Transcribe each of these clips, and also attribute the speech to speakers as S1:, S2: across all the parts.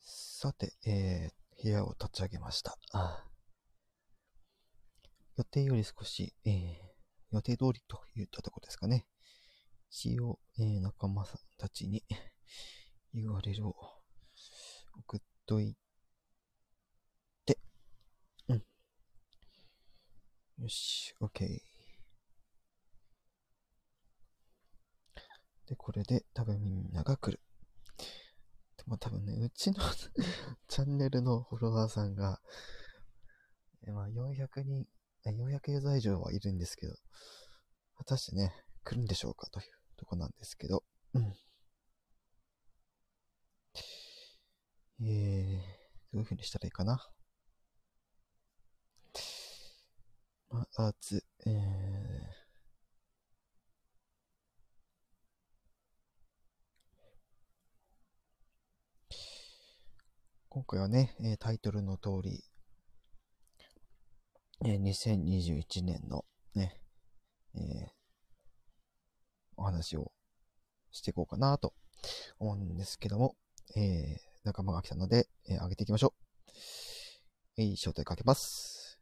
S1: さて、えー、部屋を立ち上げました。あ予定より少し、えー、予定通りといったとこですかね。一応、えー、仲間さんたちに URL を送っといて、うん。よし、OK。で、これで多分みんなが来る。でも多分ね、うちの チャンネルのフォロワーさんが、えまあ400人、400ユーザー以上はいるんですけど、果たしてね、来るんでしょうかというとこなんですけど、うん。えー、どういう風にしたらいいかな。まあ、つ、えー、今回はね、えタイトルの通り、え2021年のね、えー、お話をしていこうかなと思うんですけども、えー、仲間が来たので、えー、上げていきましょう。えい、招待かけます。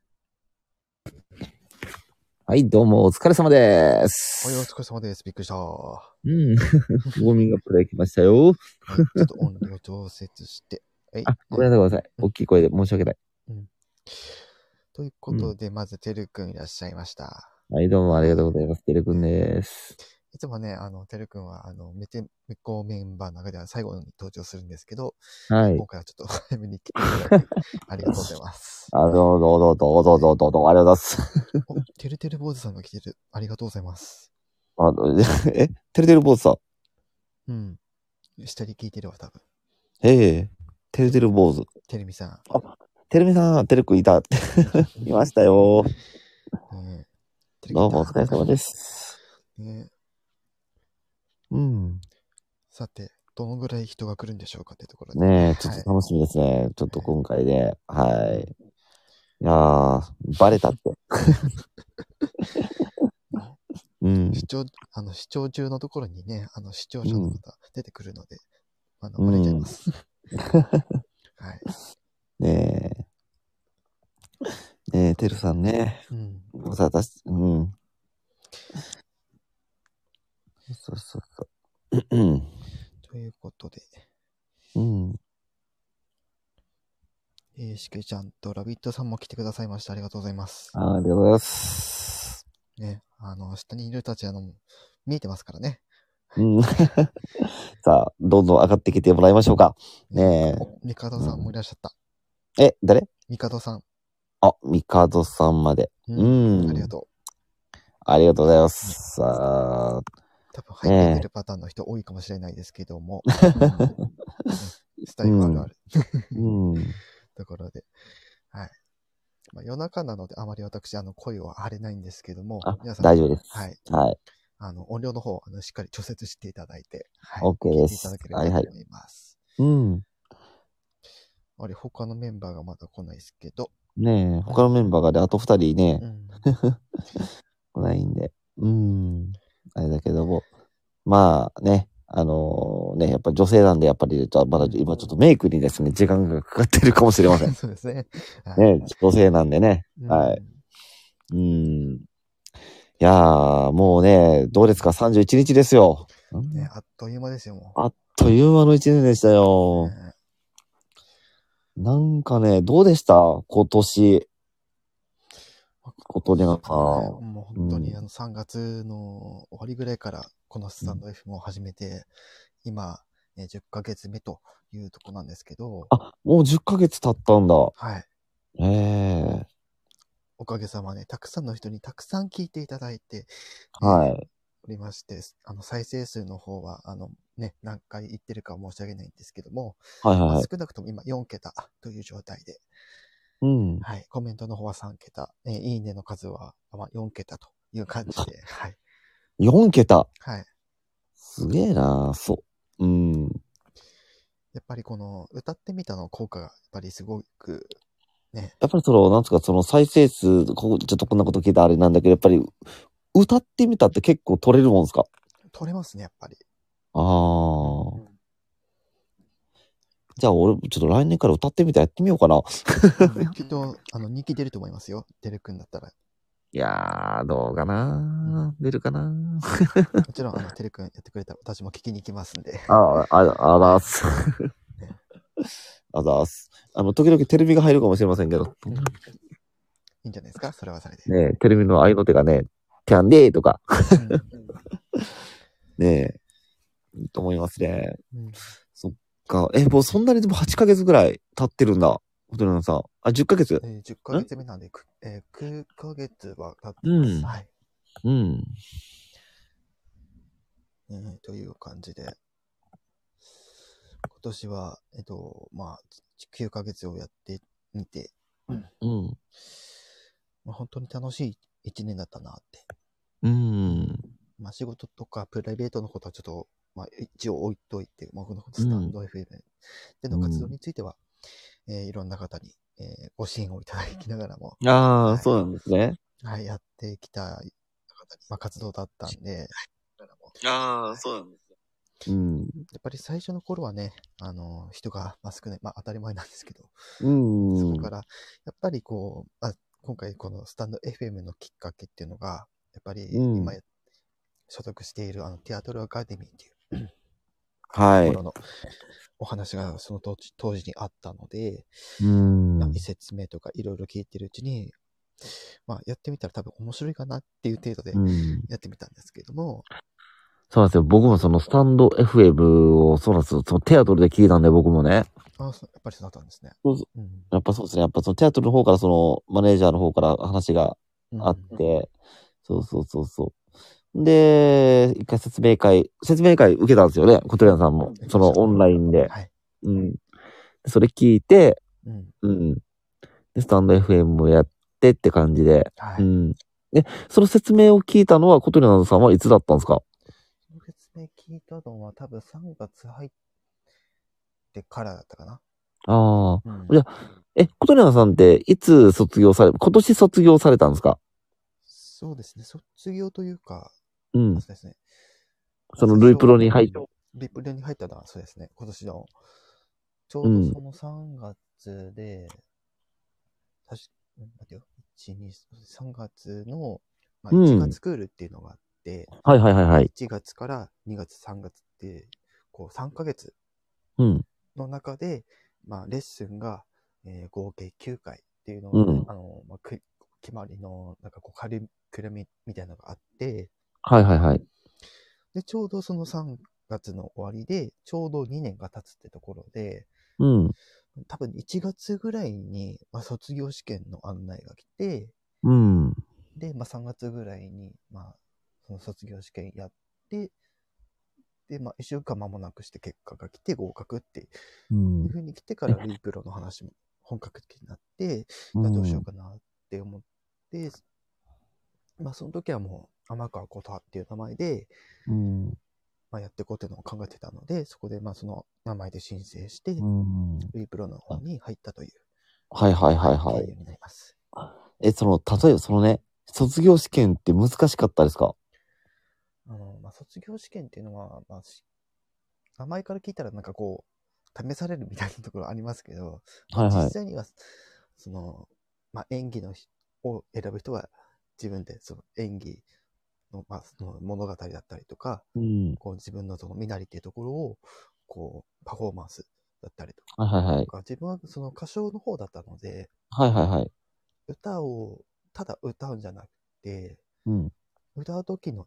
S2: はい、どうもお疲れ様です。。
S1: はい、お疲れ様です。びっくりした。うん
S2: ウ ォーミングアップできましたよ
S1: はい。ちょっと音量調節して。
S2: はい、あ、ごめんなさい、ごめんなさい。大きい声で申し訳ない。
S1: うん、ということで、うん、まず、てるくんいらっしゃいました。
S2: はい、どうもありがとうございます。てるくんです。
S1: いつもね、あの、てるくんは、あの、めて、めこメンバーの中では最後に登場するんですけど、
S2: はい。
S1: 今回はちょっと 早めに来ていただ き、ありがとうございます。
S2: あ、どうぞどうぞどうぞどうぞ、ありがとうございます。
S1: お、てるてる坊主さんが来てる。ありがとうございます。
S2: あの、え、てるてる坊主さ
S1: ん。うん。下に聞いてるわ、多分。
S2: ええー、てるてる坊主。
S1: てるみさん。
S2: あ、てるみさん、てるくんいた。 いましたよ。
S1: うん、
S2: どうもお疲れ様です。
S1: ね
S2: うん。
S1: さて、どのぐらい人が来るんでしょうかってところ
S2: で。ねえ、ちょっと楽しみですね。はい、ちょっと今回で、はい。はい、いやー、バレたって。
S1: うん、視聴あの視聴中のところにね、あの視聴者の方出てくるので、うん、あの、バレちゃいます。うん、はい。
S2: ねえ。ねえ、てるさんね。
S1: うん。
S2: ご沙汰し、うん。そうそうそう。
S1: ということで。
S2: うん。
S1: えー、しけちゃんとラビットさんも来てくださいました。ありがとうございます。
S2: ありがとうございます。
S1: ね、あの、下にいる人たち、あの、見えてますからね。
S2: うん、 さあ、どんどん上がってきてもらいましょうか。ね
S1: え。ミカドさんもいらっしゃった。
S2: うん、え、誰
S1: ミカドさん。
S2: あ、ミカドさんまで。うん。
S1: うん、ありがとう。
S2: ありがとうございます。うん、さあ。
S1: 多分入ってくるパターンの人多いかもしれないですけども。スタイルあるある。
S2: うん。
S1: ところで。はい。まあ、夜中なので、あまり私、あの、声は荒れないんですけども。
S2: あ、大丈夫です。
S1: はい。
S2: はい。
S1: あの、音量の方、あの、しっかり調節していただいて。
S2: はい。OK です。
S1: いただければと思います。
S2: はいはい、うん。
S1: あれ、他のメンバーがまだ来ないですけど。
S2: ねえ、他のメンバーがで、あと二人ね。うんないんで。うん。あれだけども。まあね、あのー、ね、やっぱ女性なんで、やっぱり、まだ今ちょっとメイクにですね、時間がかかってるかもしれま せん。
S1: そうですね。
S2: ね、女性なんでね。うん、はい。うん。いやー、もうね、どうですか ?31 日ですよ。
S1: ね、あっという間ですよ、
S2: あっという間の1年でしたよ。ね、なんかね、どうでした今年。ことでなんか、
S1: もう本当にあの3月の終わりぐらいからこのスタンド F も始めて、うん、今、ね、10ヶ月目というとこなんですけど。。
S2: あ、もう10ヶ月経ったんだ。はいええー、
S1: おかげさまで、ね、たくさんの人にたくさん聞いていただいて、
S2: はい。
S1: おりまして、あの、再生数の方は、あの、ね、何回言ってるか申し上げないんですけども、
S2: はいはい、はい、
S1: 少なくとも今4桁という状態で、
S2: うん、
S1: はい。コメントの方は3桁。えー、いいねの数は、まあ、4桁という感じ で。はい。
S2: 4桁
S1: はい。
S2: すげえなそう。うん。
S1: やっぱりこの、歌ってみたの効果が、やっぱりすごく、ね。
S2: やっぱりその、なんつうか、その再生数、こちょっとこんなこと聞いたあれなんだけど、やっぱり、歌ってみたって結構取れるもんですか
S1: 取れますね、やっぱり。
S2: ああ。うんじゃあ俺、ちょっと来年から歌ってみたらやってみようかな。
S1: うんきっと、あの、人気出ると思いますよ。デル君だったら。
S2: いやー、どうかな出るかな
S1: もちろん、あの、テル君やってくれたら私も聞きに行きますんで。
S2: あ、あ、あらす。 あざーす。あの、時々テレビが入るかもしれませんけど。
S1: いいんじゃないですかそれはそれで。
S2: ねえテレビの合いの手がね、キャンデーとか、ねえ、いいと思いますね。
S1: うんうん
S2: か、え、もうそんなにでも8ヶ月ぐらい経ってるんだ。ホテルのさん。あ、10ヶ月
S1: えー10ヶ月目なんで、くえー、9ヶ月は経ってます。
S2: うん
S1: はい、
S2: うん。
S1: えーという感じで。今年は、えっ、と、まあ、9ヶ月をやってみて、
S2: うん。
S1: まあ、本当に楽しい1年だったなって。
S2: うん。
S1: まあ、仕事とかプライベートのことはちょっと、まあ、一応置いといて、まあ、このスタンド FM での活動については、えーいろんな方に、えーご支援をいただきながらも、
S2: あ
S1: は
S2: あ、
S1: い
S2: そうなんですね。
S1: はい、やってきた、まあ、活動だったんで、
S2: ああ、そうなんですね。うん。
S1: やっぱり最初の頃はね、あの、人が、まあ、少ない、まあ、当たり前なんですけど、
S2: うん。
S1: そこから、やっぱりこう、まあ、今回このスタンド FM のきっかけっていうのが、やっぱり
S2: うん
S1: 今、所属しているあの、テアトルアカデミーっていう
S2: は
S1: ところ
S2: い。
S1: のお話がその当時当時にあったので、
S2: うん。
S1: まあ、一説目とかいろいろ聞いてるうちに、まあ、やってみたら多分面白いかなっていう程度で
S2: うん
S1: やってみたんですけれども、
S2: そうなんですよ。僕もそのスタンド FM を、そうなんですよ。そのテアトルで聞いたんで僕もね。
S1: あそうやっぱりそうだったんですね。
S2: そうそ
S1: うん
S2: やっぱそうですね。やっぱそのテアトルの方からそのマネージャーの方から話があっ
S1: うん
S2: て、そうそうそうそう。で、一回説明会、説明会受けたんですよね、小鳥屋さんも。そのオンラインで。
S1: はい。
S2: うん。それ聞いて、
S1: うん。
S2: うん。で、スタンド FM もやってって感じで。
S1: は
S2: う
S1: い。
S2: ん。え、その説明を聞いたのは、小鳥屋さんはいつだったんですか
S1: その説明聞いたのは多分3月入ってからだったかな。
S2: ああ。
S1: うん
S2: いやえ、小鳥屋さんっていつ卒業され、今年卒業されたんですか
S1: そうですね。卒業というか、
S2: う
S1: そ
S2: ん
S1: う。ですね。
S2: そのルイプロに入っ
S1: リプレに入ったのはそうですね、今年の。ちょうどその3月で、確か、うん待ってよ、1、2、3月の、まあ、
S2: うん
S1: 1月クールっていうのがあって、
S2: はいはいはいはい。
S1: 1月から2月、3月って、こう3ヶ月
S2: うん。
S1: の中で、まあ、レッスンが、えー合計9回っていうのが、
S2: うん
S1: あの、まあ、く決まりの、なんかこう、カリキュラムみたいなのがあって、
S2: はいはいはい。
S1: で、ちょうどその3月の終わりで、ちょうど2年が経つってところで、
S2: うん。
S1: 多分1月ぐらいに、まあ、卒業試験の案内が来て、
S2: うん。
S1: で、まあ、3月ぐらいに、まあ、その卒業試験やって、で、まあ、1週間間もなくして結果が来て合格っていう
S2: うん。
S1: 風に来てから、リープロの話も本格的になって、じゃあどうしようかなって思って、まあ、その時はもう、天川琴葉っていう名前で、
S2: うん。
S1: まあ、やっていこうっていうのを考えてたので、そこで、まあ、その名前で申請して、ウ
S2: うん
S1: ィープロの方に入ったという
S2: はいはいはいは
S1: 経
S2: い。
S1: 由になります。
S2: え、その、例えばそのね、卒業試験って難しかったですか
S1: あの、まあ、卒業試験っていうのは、まあ、し名前から聞いたらなんかこう、試されるみたいなところありますけど、
S2: はいは
S1: 実
S2: い。
S1: 際には、その、まあ、演技のひを選ぶ人は自分でその演技の,、まあ、その物語だったりとか、
S2: うん。
S1: こう自分のその身なりっていうところを、こう、パフォーマンスだったりと
S2: はいはいはい。
S1: か、自分はその歌唱の方だったので、
S2: はいはいはい。
S1: 歌をただ歌うんじゃなくて
S2: うん。
S1: 歌う時の、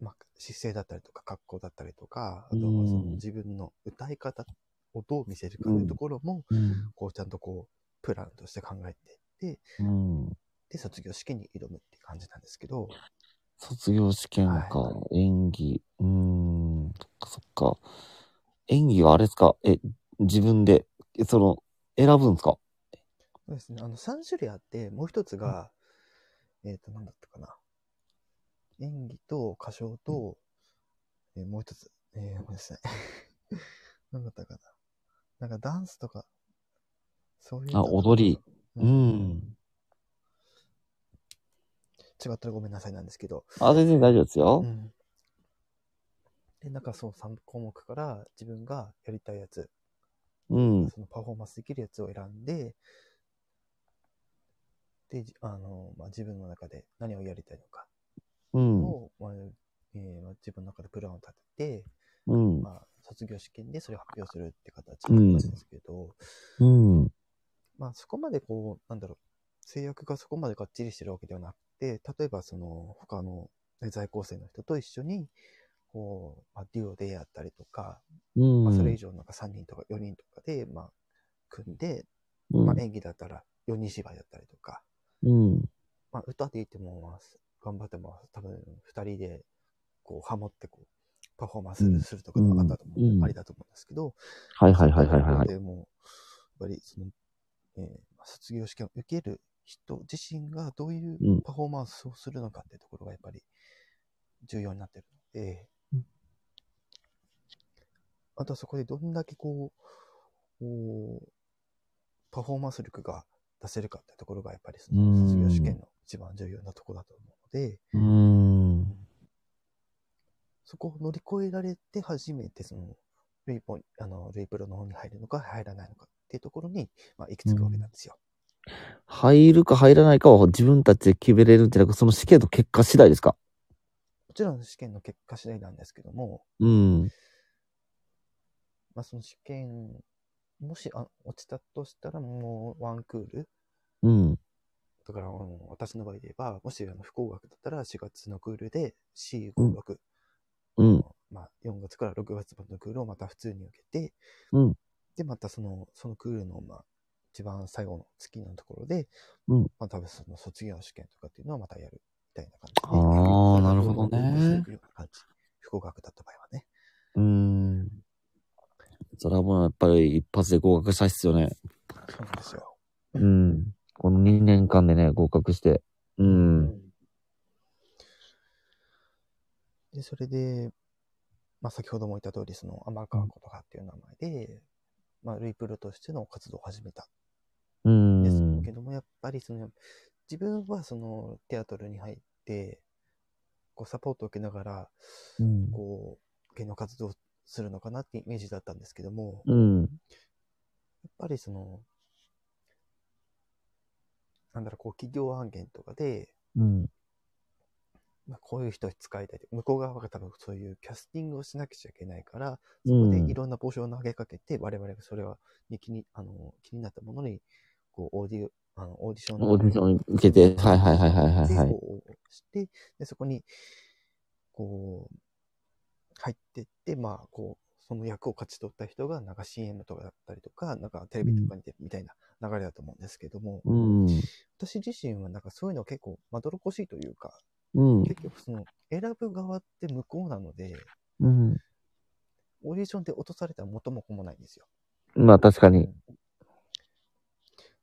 S1: まあ、姿勢だったりとか格好だったりとかあと
S2: う
S1: そ
S2: ん
S1: の自分の歌い方をどう見せるかというところも、こうちゃんとこうプランとして考えていって
S2: うん。
S1: で卒業式に挑むって感じなんですけど、
S2: 卒業試験か、
S1: は
S2: 演技。うん。そっかそっか。演技はあれですかえ、自分で、えその、選ぶんですか
S1: そうですね、あの3種類あってもう一つが、えっ、と何だったかな演技と歌唱と、えーもう一つえー、ごめんなさい 何だったかななんかダンスとかそういう
S2: あ、踊り。
S1: う、
S2: うんん。
S1: 違ったらごめんなさいなんですけど、
S2: あ、全然大丈夫です
S1: う
S2: よ。
S1: ん、でなんかそう3項目から自分がやりたいやつ
S2: うん。
S1: そのパフォーマンスできるやつを選んで、で、じあの、まあ、自分の中で何をやりたいのか
S2: うん。
S1: を、まあえーまあ自分の中でプランを立てて、
S2: うん。
S1: まあ、卒業試験でそれを発表するって形だったんですけど、
S2: うん。
S1: まあ、そこまでこう、なんだろう、制約がそこまでがっちりしてるわけではなくて、例えばその、他のね在校生の人と一緒に、こう、まあ、デュオでやったりとか、
S2: うん。
S1: まあ、それ以上なんか3人とか4人とかで、まあ、組んで、
S2: うん
S1: まあ、演技だったら4人芝居だったりとか、
S2: うん。
S1: まあ、歌で言っても、頑張っても、多分2人で、こう、ハモって、こう、パフォーマン
S2: うん
S1: スするとかがあったと思う、
S2: うん
S1: ありだと思うんですけど、
S2: はいはいはいはいはいはい。
S1: でもう、やっぱりその、えー卒業試験を受ける人自身がどういう
S2: うん
S1: パフォーマンスをするのかっていうところがやっぱり重要になってるので、
S2: うん
S1: あとはそこでどんだけこう、おーパフォーマンス力が出せるかっていうところがやっぱりその卒業試験の一番重要なところだと思うので、
S2: うん。
S1: そこを乗り越えられて初めてその、ルイポンあのルイプロの方に入るのか入らないのかっていうところに、まあ、行き着くわけなんですよ。
S2: 入るか入らないかは自分たちで決めれるんじゃなく、その試験の結果次第ですか
S1: もちろん試験の結果次第なんですけども、
S2: うん。
S1: まあ、その試験、もしあ落ちたとしたらもうワンクール。
S2: うん。
S1: だから、あの私の場合で言えば、もしあの不合格だったら4月のクールで C 合格、
S2: うん。
S1: まあ、4月から6月までのクールをまた普通に受けて、
S2: うん
S1: で、またその、そのクールの、まあ、一番最後の月のところで、
S2: うん
S1: まあ、多分その卒業試験とかっていうのはまたやるみたいな感じで。
S2: あーなるほどね
S1: ループしていくような感じ。不合格だった場合はね。
S2: うん。それはもうやっぱり一発で合格したいっすよね。
S1: そうなんですよ。
S2: うん。この2年間でね、合格して。うん。
S1: で、それで、まあ、先ほども言った通り、その、天川琴葉っていう名前で、まあ、ルイプロとしての活動を始めた
S2: うん
S1: です
S2: ん。
S1: けども、やっぱりその、自分はその、テアトルに入って、こう、サポートを受けながら、
S2: うん。
S1: こう、芸能活動をするのかなってイメージだったんですけども、やっ
S2: うん。
S1: ぱりその、なんだろう、こう、企業案件とかで、
S2: うん。
S1: まあ、こういう人使いたいって向こう側が多分そういうキャスティングをしなくちゃいけないから、そこでいろんな帽子を投げかけて、我々がそれはに気にあの気になったものに、こう、オーディあのオーディション
S2: オーディション受けて、はいはいはいはいはいは
S1: で
S2: い。
S1: こうして、で、そこに、こう、入ってって、まあ、こう、その役を勝ち取った人が、なんか CM とかだったりとか、なんかテレビとかに出るみたいな流れだと思うんですけども、
S2: うん。
S1: 私自身はなんかそういうの結構まどろっこしいというか、
S2: うん。
S1: 結局その選ぶ側って向こうなので、
S2: うん。
S1: オーディションで落とされたら元も子もないんですよ。
S2: まあ確かに。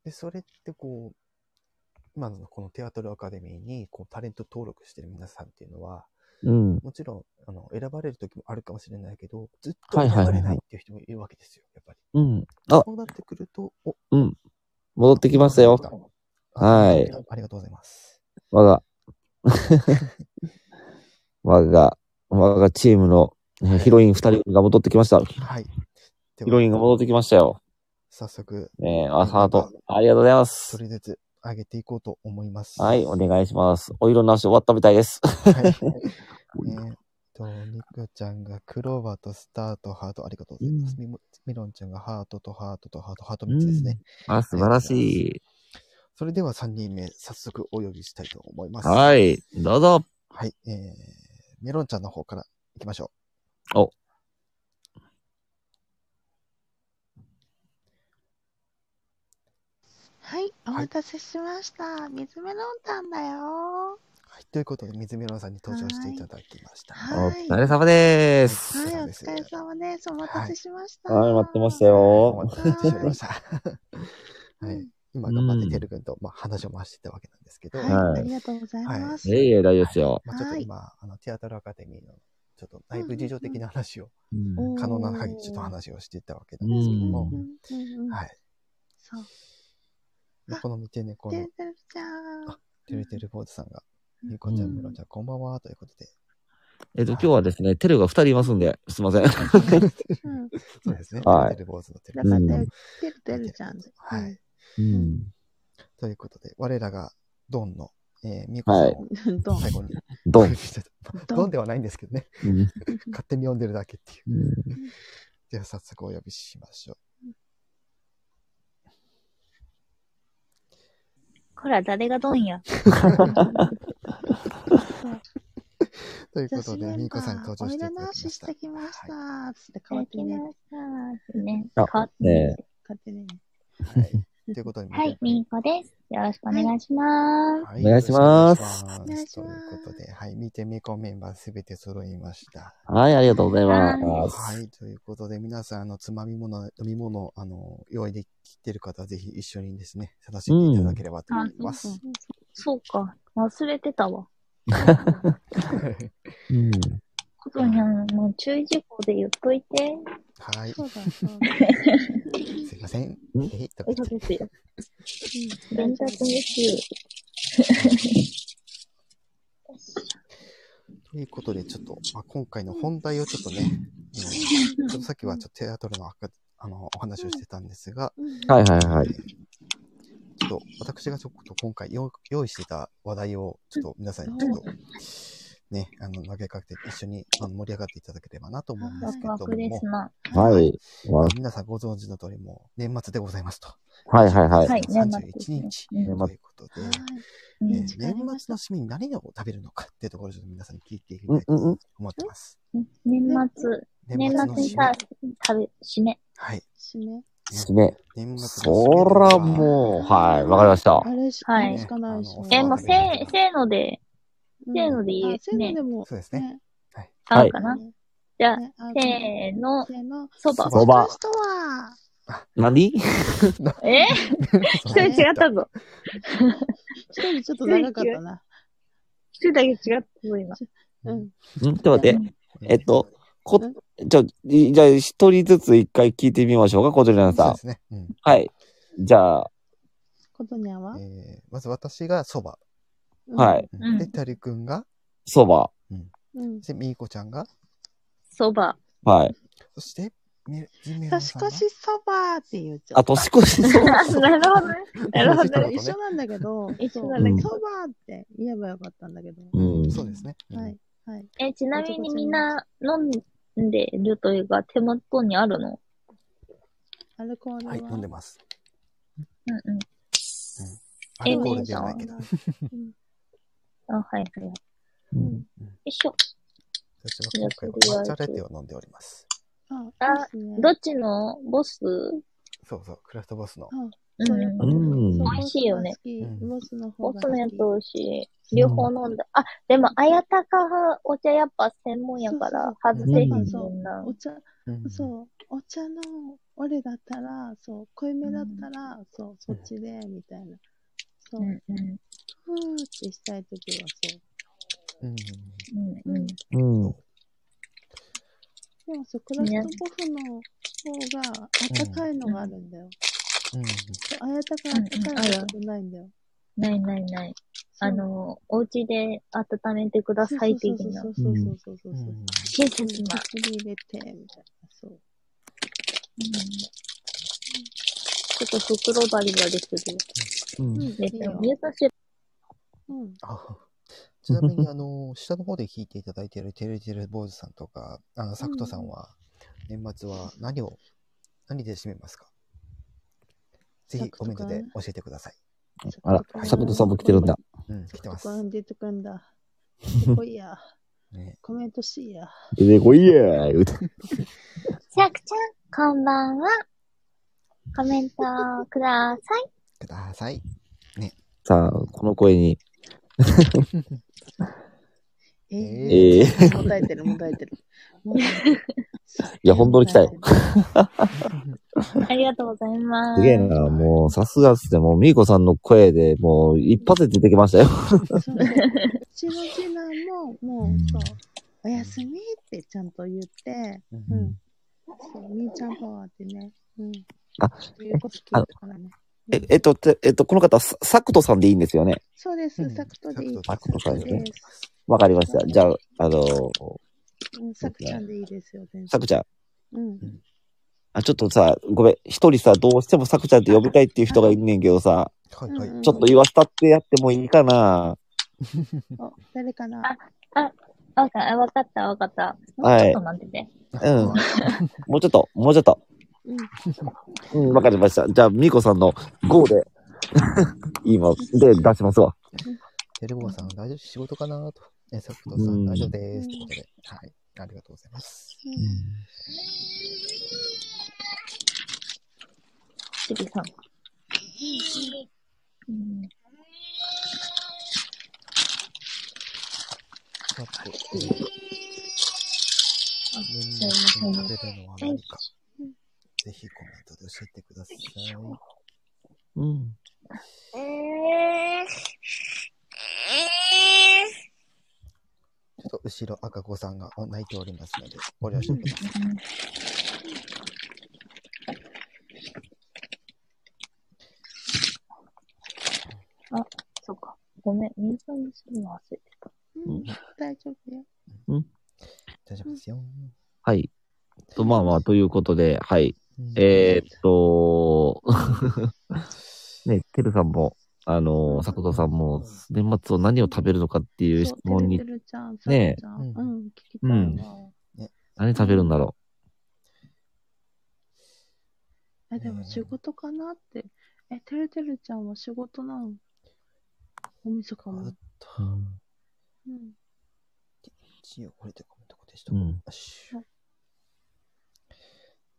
S1: で、それってこう、今のこのテアトルアカデミーにこうタレント登録してる皆さんっていうのは、
S2: うん。
S1: もちろんあの選ばれる時もあるかもしれないけど、ずっと
S2: はい
S1: 選
S2: はい
S1: ば
S2: はいはい
S1: れないっていう人もいるわけですよ、やっぱり。
S2: うん。あ、
S1: そうなってくると、お
S2: 戻ってきましたよ。。
S1: あ
S2: はい
S1: ありがとうございます。
S2: 我が、 我が、我がチームのえヒロイン二人が戻ってきました。ヒ
S1: はい。ヒ
S2: ロインが戻ってきましたよ。
S1: 早速、
S2: ねえ、あ、ハート。ありがとうございま
S1: そ
S2: す。
S1: れずつ上げていこうと思います。
S2: はい、お願いします。お色直し終わったみたいです。
S1: はい。えーっと、みくちゃんがクローバーとスターとハート、ありがとうございます。みもみろんちゃんがハートとハートとハート、ハート3つですね。
S2: あ、素晴らしい。
S1: それでは3人目、早速お呼びしたいと思います。。
S2: はいい、どうぞ。
S1: はい。えー、みろんちゃんの方から行きましょう。
S2: お。
S3: はい、お待たせしました。水メロンタンだよ。
S1: はい。ということで、水みろんさんに登場していただきました。
S3: は
S2: お
S3: い
S2: 疲れ様で
S3: は
S2: す。
S3: い、
S1: そう
S3: お
S1: です
S3: 疲れ様です。お待たせしました。
S2: はい、待ってました
S1: お
S2: よ。
S1: 待たせしま した。は
S3: う
S1: い
S3: ん。
S1: 今頑張って
S2: うん
S1: てるくんと、まあ、話を回してたわけなんですけど、
S3: はい、
S2: はい
S3: ありがとうございます。
S2: いえいえ、大丈夫ですよ。
S1: まあ、ちょっと
S3: はい
S1: 今、あのテアトルアカデミーのちょっと内部事情的な話を、
S2: うん
S1: 可能な限りちょっと話をしていったわけなん
S3: うん
S1: です
S3: う
S1: けど
S3: ん
S1: も
S3: う、んうんうん
S1: はい。
S3: そう。
S1: でこの見てね、こ
S3: て
S1: の
S3: るてるちゃん。
S1: てるてる坊主さんが、
S3: うん
S1: ゆうこちゃん、むろんちゃん、こんばんはということで、
S2: えっ、と、今日はですね、テルが2人いますんで、すいません。
S3: うん。
S1: そうですね。
S2: はい
S1: テレ坊主のテレ
S3: だ
S1: ビ
S3: か
S2: う
S3: ら
S2: ん
S3: 出る、出る、出るちゃん。
S1: はい
S2: うん。
S1: ということで、我らがドンの、えー、みゆこさんを
S3: うん。どう
S1: 最後に、
S2: ドン。
S3: ドン
S1: ドンではないんですけど ね。
S2: うん
S1: 勝手に呼んでるだけっていう。
S2: うん
S1: では早速お呼びしましょ
S4: こら、誰がどん や。
S1: う。という
S3: 女
S1: こと
S3: 子
S1: で、み
S3: メン
S1: ゆこ
S3: バ
S1: さんに登場
S3: ー、お
S1: していただ
S3: いら
S1: きま
S3: 直し
S1: し。
S3: したてきました。つって変わ
S4: 変わ
S3: っ
S4: って
S3: ね。
S4: てね。
S2: あ
S4: 変わってね。
S3: 変わってね。
S1: はい。ということに、
S4: はい、みーこです。よろしくお願いします。
S1: は
S2: お願いします
S1: よろくお願いしますということで、はい。見てみこメンバーすべて揃いました。
S2: はい、ありがとうござい
S4: は
S2: ます。
S1: はい。ということで、皆さん、あの、つまみ物、飲み物、あの、用意できてる方は、ぜひ一緒にですね、探していただければと思います。
S4: うんそうか、忘れてたわ。
S2: うん
S4: ことにゃん、もう注意事項で言っといて。
S1: はい。
S3: そうだ、そうだ。
S1: すいません。
S2: うん
S1: えいとか
S4: 嘘
S1: 言って
S4: ですよ。
S3: う ん
S4: 伝達ですよ。
S1: ということで、ちょっと、まあ、今回の本題をちょっとね、 うんちょっとさっきはちょっとテアトルのあかあのお話をしてたんですが、
S2: はいはいはい。
S1: ちょっと私がちょっと今回用用意してた話題をちょっと皆さんにちょっとね、あの投げかけて一緒にあの盛り上がっていただければなと思うんですけ
S4: ワ
S1: れ
S4: ク
S1: ど
S4: ワクです
S1: も、
S4: な。
S2: はい。わ
S1: 皆さんご存知の通りもう年末でございますと。
S2: はいはいはい。
S4: はい、
S1: 31
S4: 年末ですね。
S1: 日
S4: うん
S1: ということで、
S4: う
S1: えー
S4: ん
S1: 年末の趣味に何を食べるのかっていうところをちょっと皆さんに聞いていき
S2: う
S1: た
S2: ん
S1: いと
S2: うんうん。
S1: 思ってます。
S4: 年末、
S1: の
S4: 年末に
S1: 趣味
S4: さ、食べ、しね。
S1: はい。
S3: 締め。
S2: すね。
S1: 年末の
S2: そ
S1: 締めといえば
S2: らもう、はい、わかりました。
S3: あれし、
S4: はい
S3: あれしかないし。
S4: え、
S1: ん
S4: もう、せー、せーので、
S3: うん
S4: せーのでいい
S3: あせーのでも。
S1: そうですね。
S4: 合うかな、
S3: ね
S4: じゃあ、
S3: ねあ
S4: せーの、
S3: せーの。
S4: そば。
S2: そば
S3: ラ。ストは、
S2: 何
S4: え
S1: そ
S4: 一
S1: う
S4: 人
S1: ね
S4: 違ったぞ。
S3: 一人ちょっと長かったな。
S4: 一人だけ違ったぞ、今。
S3: うん。
S2: んちょっと待って。えっと、こ
S3: ん、
S2: ちょ、いじゃあ一人ずつ一回聞いてみましょうか、小鳥さん
S1: そう
S2: さ
S1: ですね。うん。
S2: ん。はい。じゃあ、
S3: ことにゃんは
S1: えー、まず私がそば。
S2: はい。。
S4: うん
S1: で、たりくんが、
S2: そば。
S3: うん。
S1: で、みーこちゃんが、
S4: そば。
S2: はい。
S1: そして、み、じめろ
S3: 年
S1: さんが。
S3: 越しそばって言うちゃ
S2: あ、
S3: っ
S2: 年越しそば。
S4: なるほどね。なるほど
S1: そう
S4: ね。
S1: ね
S3: 一緒なんだけど、
S4: 一緒
S3: そば
S4: なんだけ
S2: ど
S3: って言えばよかったんだけど。
S2: うん。
S1: そうですね。
S3: は
S1: うん
S3: い。。はい。
S4: え、ちなみにみんな飲んでるというか、手元にあるの
S3: アルコールは。
S1: はい、飲んでます。
S4: うんうん。
S1: アルコールではないけど。
S4: あ、はいはい。よ
S2: うん
S4: いしょ。
S1: 私は今回は抹茶レテを飲んでおります。
S3: あ、いいですね
S4: どっちのボス
S1: そうそう、クラフトボスの。
S4: うん
S3: そういうこと
S2: うん
S3: そう
S4: 美味しいよね
S1: うん
S3: ボスの方
S4: ボ
S3: が
S4: ス
S3: 好き
S4: のやつ美味しい。両方飲んだ。あ、でも、あやたか派お茶やっぱ専門やから、
S3: そう
S4: 外
S3: そう
S4: せへん
S2: そう
S3: そう
S4: な。
S3: お茶、そう、お茶の、俺だったら、そう、濃いめだったら、そう、そっちで、みたいな。そうう、
S4: んうん。
S3: ふーってしたいときは、そ
S1: う
S3: う。
S1: ん。うん。
S4: うんうん。
S2: うん。
S3: でもそう、クラフトボフの方が、あったかいのがあるんだよ。
S1: うん。
S3: そうあやたかあったかいのがないんだよ。
S4: ないないない。
S3: そう
S4: あ、の、お家で温めてください的な
S3: そ。うそうそうそうそ
S1: う
S3: うそう。
S1: ん。
S4: シェフ
S3: うん
S4: マ。
S3: 取り入れて、みたいな。そう。
S4: ちょっと袋バリバリする。
S2: うん
S3: うん
S4: で
S3: い
S4: すよ。
S3: いよ
S4: ミュートシル
S3: うん。
S1: あちなみに、あの、下の方で弾いていただいているてるてる坊主さんとか、あの、サクトさんは、年末は何を、何で締めますかぜひコメントで教えてください。
S2: あら、サクトさんも来てるんだ。。
S1: うん、来てます。
S3: こん出てくんだ。出てこいや。
S1: ね、
S3: コメントしいや。
S2: 出てこいやー言うて
S4: シャクちゃん、こんばんは。コメントください。
S1: ください。
S2: さあ、この声に。
S1: え
S3: え
S2: ええ
S3: ー、もたえてる、もたえてる。もたえてる
S2: いや本当に来たよ。
S4: ありがとうございますす。
S2: げえな、もう、さすがっすね。もう、みーこさんの声で、もう、一発で出てきましたよ。
S3: そうそううちの次男も、もう、そう、おやすみってちゃんと言って、
S1: うん
S3: うん。そう、みーちゃんパワーってね。うん。
S2: あ
S3: 言うこと聞いたからね。
S2: え、えっと、てえっと、この方、ササクトさんでいいんですよね。
S3: そうで
S1: う
S3: す、
S1: ん
S3: サクトでいいです。
S2: サクトさんですね
S3: です
S2: わかりました。じゃあ、あのー、
S3: うん、さくちゃんでいいですよ、全然
S2: さくちゃん。
S3: うん。
S2: あ、ちょっとさ、ごめん。一人さ、どうしてもさくちゃんって呼びたいっていう人がいんねんけどさ、
S1: はいはい。
S3: うん
S2: ちょっと言わしたってやってもいいかな。
S3: お誰かな
S4: あわかわかった、わかった。もう
S2: はい
S4: ちょっと待ってて。
S2: うんもうちょっと、もうちょっと。
S3: うん。
S2: うん、わかりました。じゃあ、みこさんの5で、 今、で出しますわ。
S1: テレボーさん、大丈夫仕事かなと。ね、サクトさ
S2: うん
S1: ん、大丈夫です。ということで、はい。ありがとうございます。
S4: シリさん。うん
S1: さて、えー、年末に食べるのは何か、ぜひコメントで教えてください。
S2: うん。
S1: ちょっと後ろ赤子さんが泣いておりますので、ご了承ください。
S4: そうか。ごめん、ミュートにするの忘れてた。
S3: うん大丈夫よ。
S1: 大丈夫ですよ。
S2: はい。とまあまあ、ということで、はい。
S1: うん
S2: えー、っと、 ね、てるさんも、あのー、さことさんも、年末を何を食べるのかっていう質問に
S3: て、るちゃん、さ
S2: ね
S3: くちゃん。
S1: え
S3: うん、聞きた
S2: う
S3: い
S2: ん
S3: わ。
S2: 何食べるんだろ
S3: え、でも仕事かなって。え、てるてるちゃんは仕事なのおみそかも。
S2: う。
S3: うん。
S1: 一応これでコメントこでした。
S2: う
S1: よ
S2: ん。
S1: し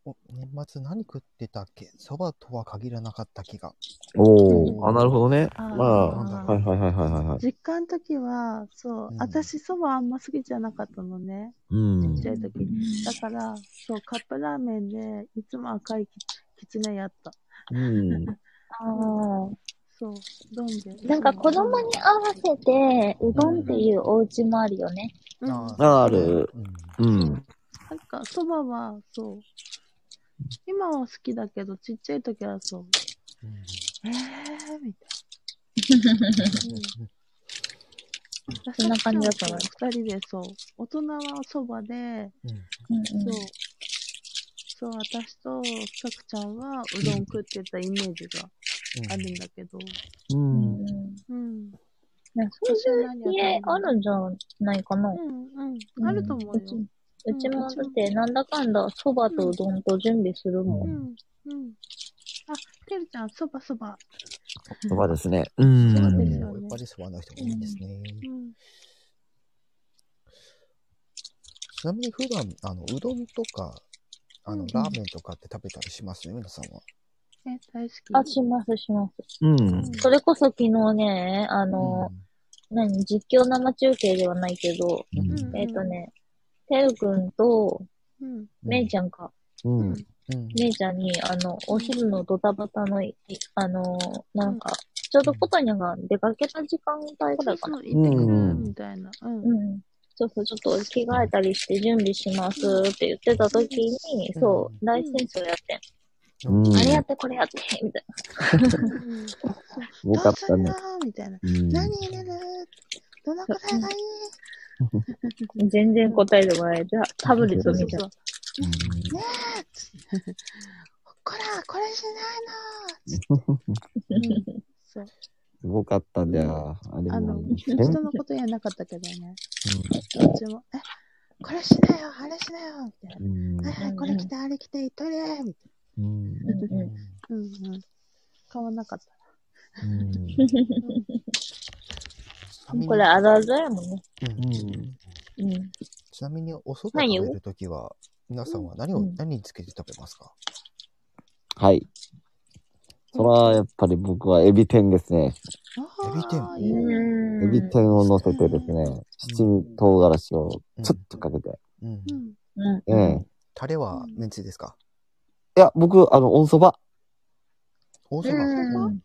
S1: お、年末何食ってたっけそばとは限らなかった気が。
S2: おー、あ、なるほどね。まあ、
S3: ー
S1: なんだ
S2: はいはいはいはいはいはい。
S3: 実家の時は、そう、
S1: うん
S3: 私そばあんま好きじゃなかったのね。
S2: うん
S3: ちっ。ちゃい時。だから、そう、カップラーメンで、いつも赤いききつねやった。
S2: うん。
S4: あ
S3: そう、どんで。
S4: あ。なんか子供に合わせて、うどんっていうお家もあるよね。
S3: うん、
S1: あ
S3: な
S2: ある。
S1: うん
S2: うん。
S3: んか、そばは、そう。今は好きだけど、ちっちゃい時はそう。
S1: うん
S3: えー、みたいな。
S4: そんな感じだったの
S3: さっきの二人でそう。大人はそばで、
S4: うんうん
S3: そう。そう、私とさくちゃんはうどん食ってたイメージが あるんだけど。
S2: う。
S4: うんんうん
S3: うん。
S4: ねそういう家あるんじゃないかな。
S3: うんうん。あると思う
S4: う
S3: よ
S4: ち。うちもだって、なんだかんだ、そばとうどんと準備するも。
S3: うんん。うん。あ、てるちゃん、そばそば。
S2: そばですね。うん。
S3: そう
S1: う
S3: で
S1: ん
S3: すよ
S1: やっぱりそばの人が多いんですね。
S3: うん。
S1: ちなみに普段あのうどんとかあ
S3: う
S1: の
S3: ん
S1: ラーメンとかって食べたりしますね、皆さんは。
S3: え、大好き。
S4: あ、します、します。
S2: うん。
S4: それこそ昨日ね、あの、何、実況生中継ではないけど、
S3: うん
S4: えっ、とね、てるくんと、
S3: うん。
S4: めいちゃんか、
S2: うん。
S1: うん
S4: めいちゃんに、あの、お昼のドタバタの、いあの、なんか、ちょうど小谷が出かけた時間帯ぐ
S3: そ
S4: ら
S3: う
S4: い
S3: そ
S4: かな。
S3: う、行ってくるみたいな。うん。
S4: うん。そうそう、ちょっと着替えたりして準備しますって言ってた時に、そう、ライセンスをやってん、
S2: うん
S4: あれやってこれやって、みたい
S3: うん
S2: よかったね
S3: どう。すんのみたいな。
S2: うん
S3: 何入れるどのくらいがいい
S4: な。全然答えてもらえて、タブレット見ちゃ う。
S3: こら、これし
S4: う
S3: ないの、
S4: ん
S3: そう。
S2: すごかったんだよ。あれ
S3: あの
S2: も。、
S3: 人のことやなかったけどね。どっちも、え、これしなよ、あれしなよ、みたい
S2: うん
S3: な。はいはい、これ着て、あれ着て、トイレみたい
S2: うん
S4: うんうん
S3: な。うんうん。買わなかった。
S4: これ、あるあるやもんね。
S2: うん
S4: うん。
S1: ちなみにお蕎麦食べるときは、皆さんは何を、
S4: うん
S1: 何につけて食べますか
S2: はい。そら、やっぱり僕はエビ天ですね。
S1: エビ天
S3: あーいいね
S2: エ
S4: エ
S2: ビ天を乗せてですね、七味唐辛子をちょっとかけて。
S1: うん
S3: うん。
S4: うん。
S2: ええ。
S1: タレはめんつゆですか
S2: いや、僕、あの、温そば。
S1: お蕎麦
S4: うん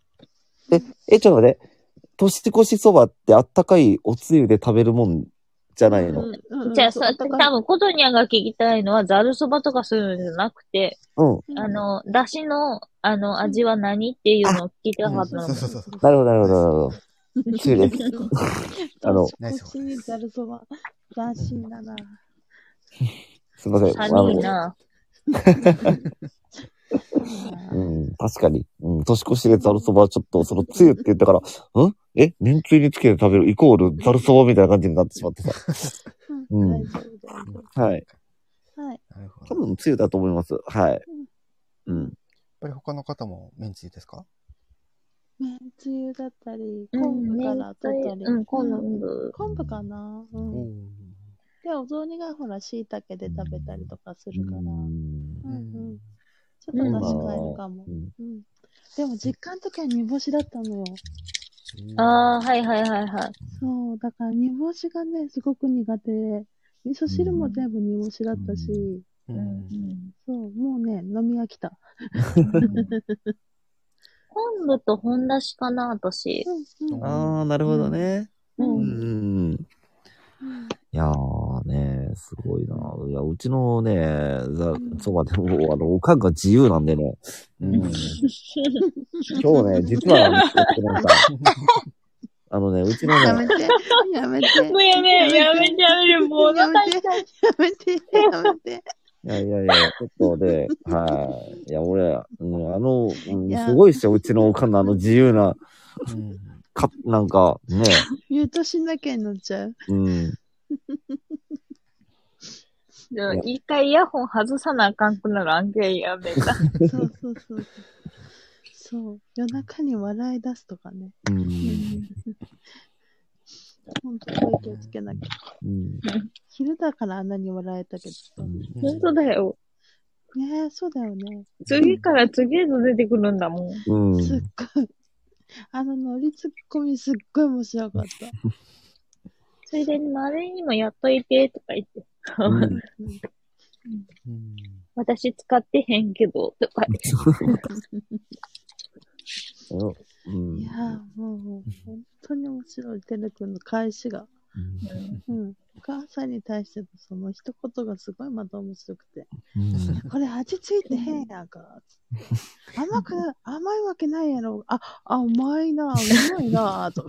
S2: え、ちょっと待って。年越しそばってあったかいおつゆで食べるもんじゃないの。
S3: うん
S4: じゃあさ、多
S3: そうだから
S4: 分、コトニャンが聞きたいのは、ざるそばとかそういうのじゃなくて、
S2: うん。
S3: うん
S4: あの、だしの、あの、味は何っていうのを聞きたかったの
S1: そう。そうそう。
S2: なるほど、なるほど、なるほど。失礼です。 あの
S1: ナイス
S3: 欲しいざるそば。斬新だな。
S2: すみません。あ
S4: 寒い
S2: の、
S4: な。
S2: うん、確かに。うん、年越しでざるそばはちょっと、その、つゆって言ったから、んえ麺つゆにつけて食べるイコールざるそばみたいな感じになってしまってさ。
S3: う
S2: うん
S3: ん、大丈夫、大丈
S2: はい。
S3: 夫。はい。
S1: なるほど。
S2: 多
S1: やっ
S2: 分つゆだと思います。はい。うん。
S1: ぱり他の方もめんつゆですか
S3: めんつゆだったり、
S4: う
S3: 昆
S4: ん、
S3: 布
S4: ね
S3: から取ったり。
S4: うん、昆布。
S3: 昆布かなう
S1: お
S3: ん。
S1: ー
S3: で、お雑煮がほら、椎茸で食べたりとかするから、
S2: うん
S3: うんうんちょっ
S4: う
S3: と
S4: ん
S3: 出汁変えるかも
S2: う。ん
S3: うん。でも、実家の時は煮干しだったのよ。
S4: ああ、はいはいはいはい。
S3: そう、だから煮干しがね、すごく苦手で、味噌汁も全部煮干しだったし、
S1: う
S4: うん
S1: ん。
S3: そう、もうね、飲み飽きた。
S4: 昆布と本だしかな、私。
S3: うんうん。
S2: ああ、なるほどね。
S4: う。
S2: うんん。いやーね、すごいな。いや、うちのね、ざそばでも、あの、おかんが自由なんでね。うん。今日 ね、実はなんですけど、なんか、あのね、うちの
S3: や
S2: ね、
S3: めて、やめて。
S4: もうやめ、やめて、やめる、もうお
S3: や
S4: 腹
S3: めて
S4: 痛い。、
S3: やめて、やめて。
S2: いやいやいや、ちょっとで、はい。いや、俺、うん、あの、うん
S3: いや
S2: すごいっすよ、うちのおかんのあの自由な、
S1: うん
S2: か、なんか、ね、
S3: 言うとしなきゃになっちゃう。
S2: うん。
S4: じゃあ一回イヤホン外さなあかんくなる、あんけやめた。
S3: そうそうそうそう。そう、夜中に笑い出すとかね。
S2: うん。
S3: ほんと声気をつけなきゃ。
S2: うん。
S3: 昼だからあんなに笑えたけどさ。
S4: 本当だよ。
S3: ねえ、そうだよね。
S4: 次から次へと出てくるんだもん。
S2: うん。
S3: すっごい。あの乗りツッコミすっごい面白かった。
S4: ついでに、あれにもやっといて、とか言って。
S2: うん
S3: うん
S1: うん
S4: 私使ってへんけど、とか言って。
S2: うん
S3: いやーもう、本当に面白い。てるくんの返しが。うん。お母さんに対してのその一言がすごいまた面白くて。
S2: うん
S3: これ味ついてへんやんか。甘く、甘いわけないやろ。あ、あ、甘いな、うまいな、と。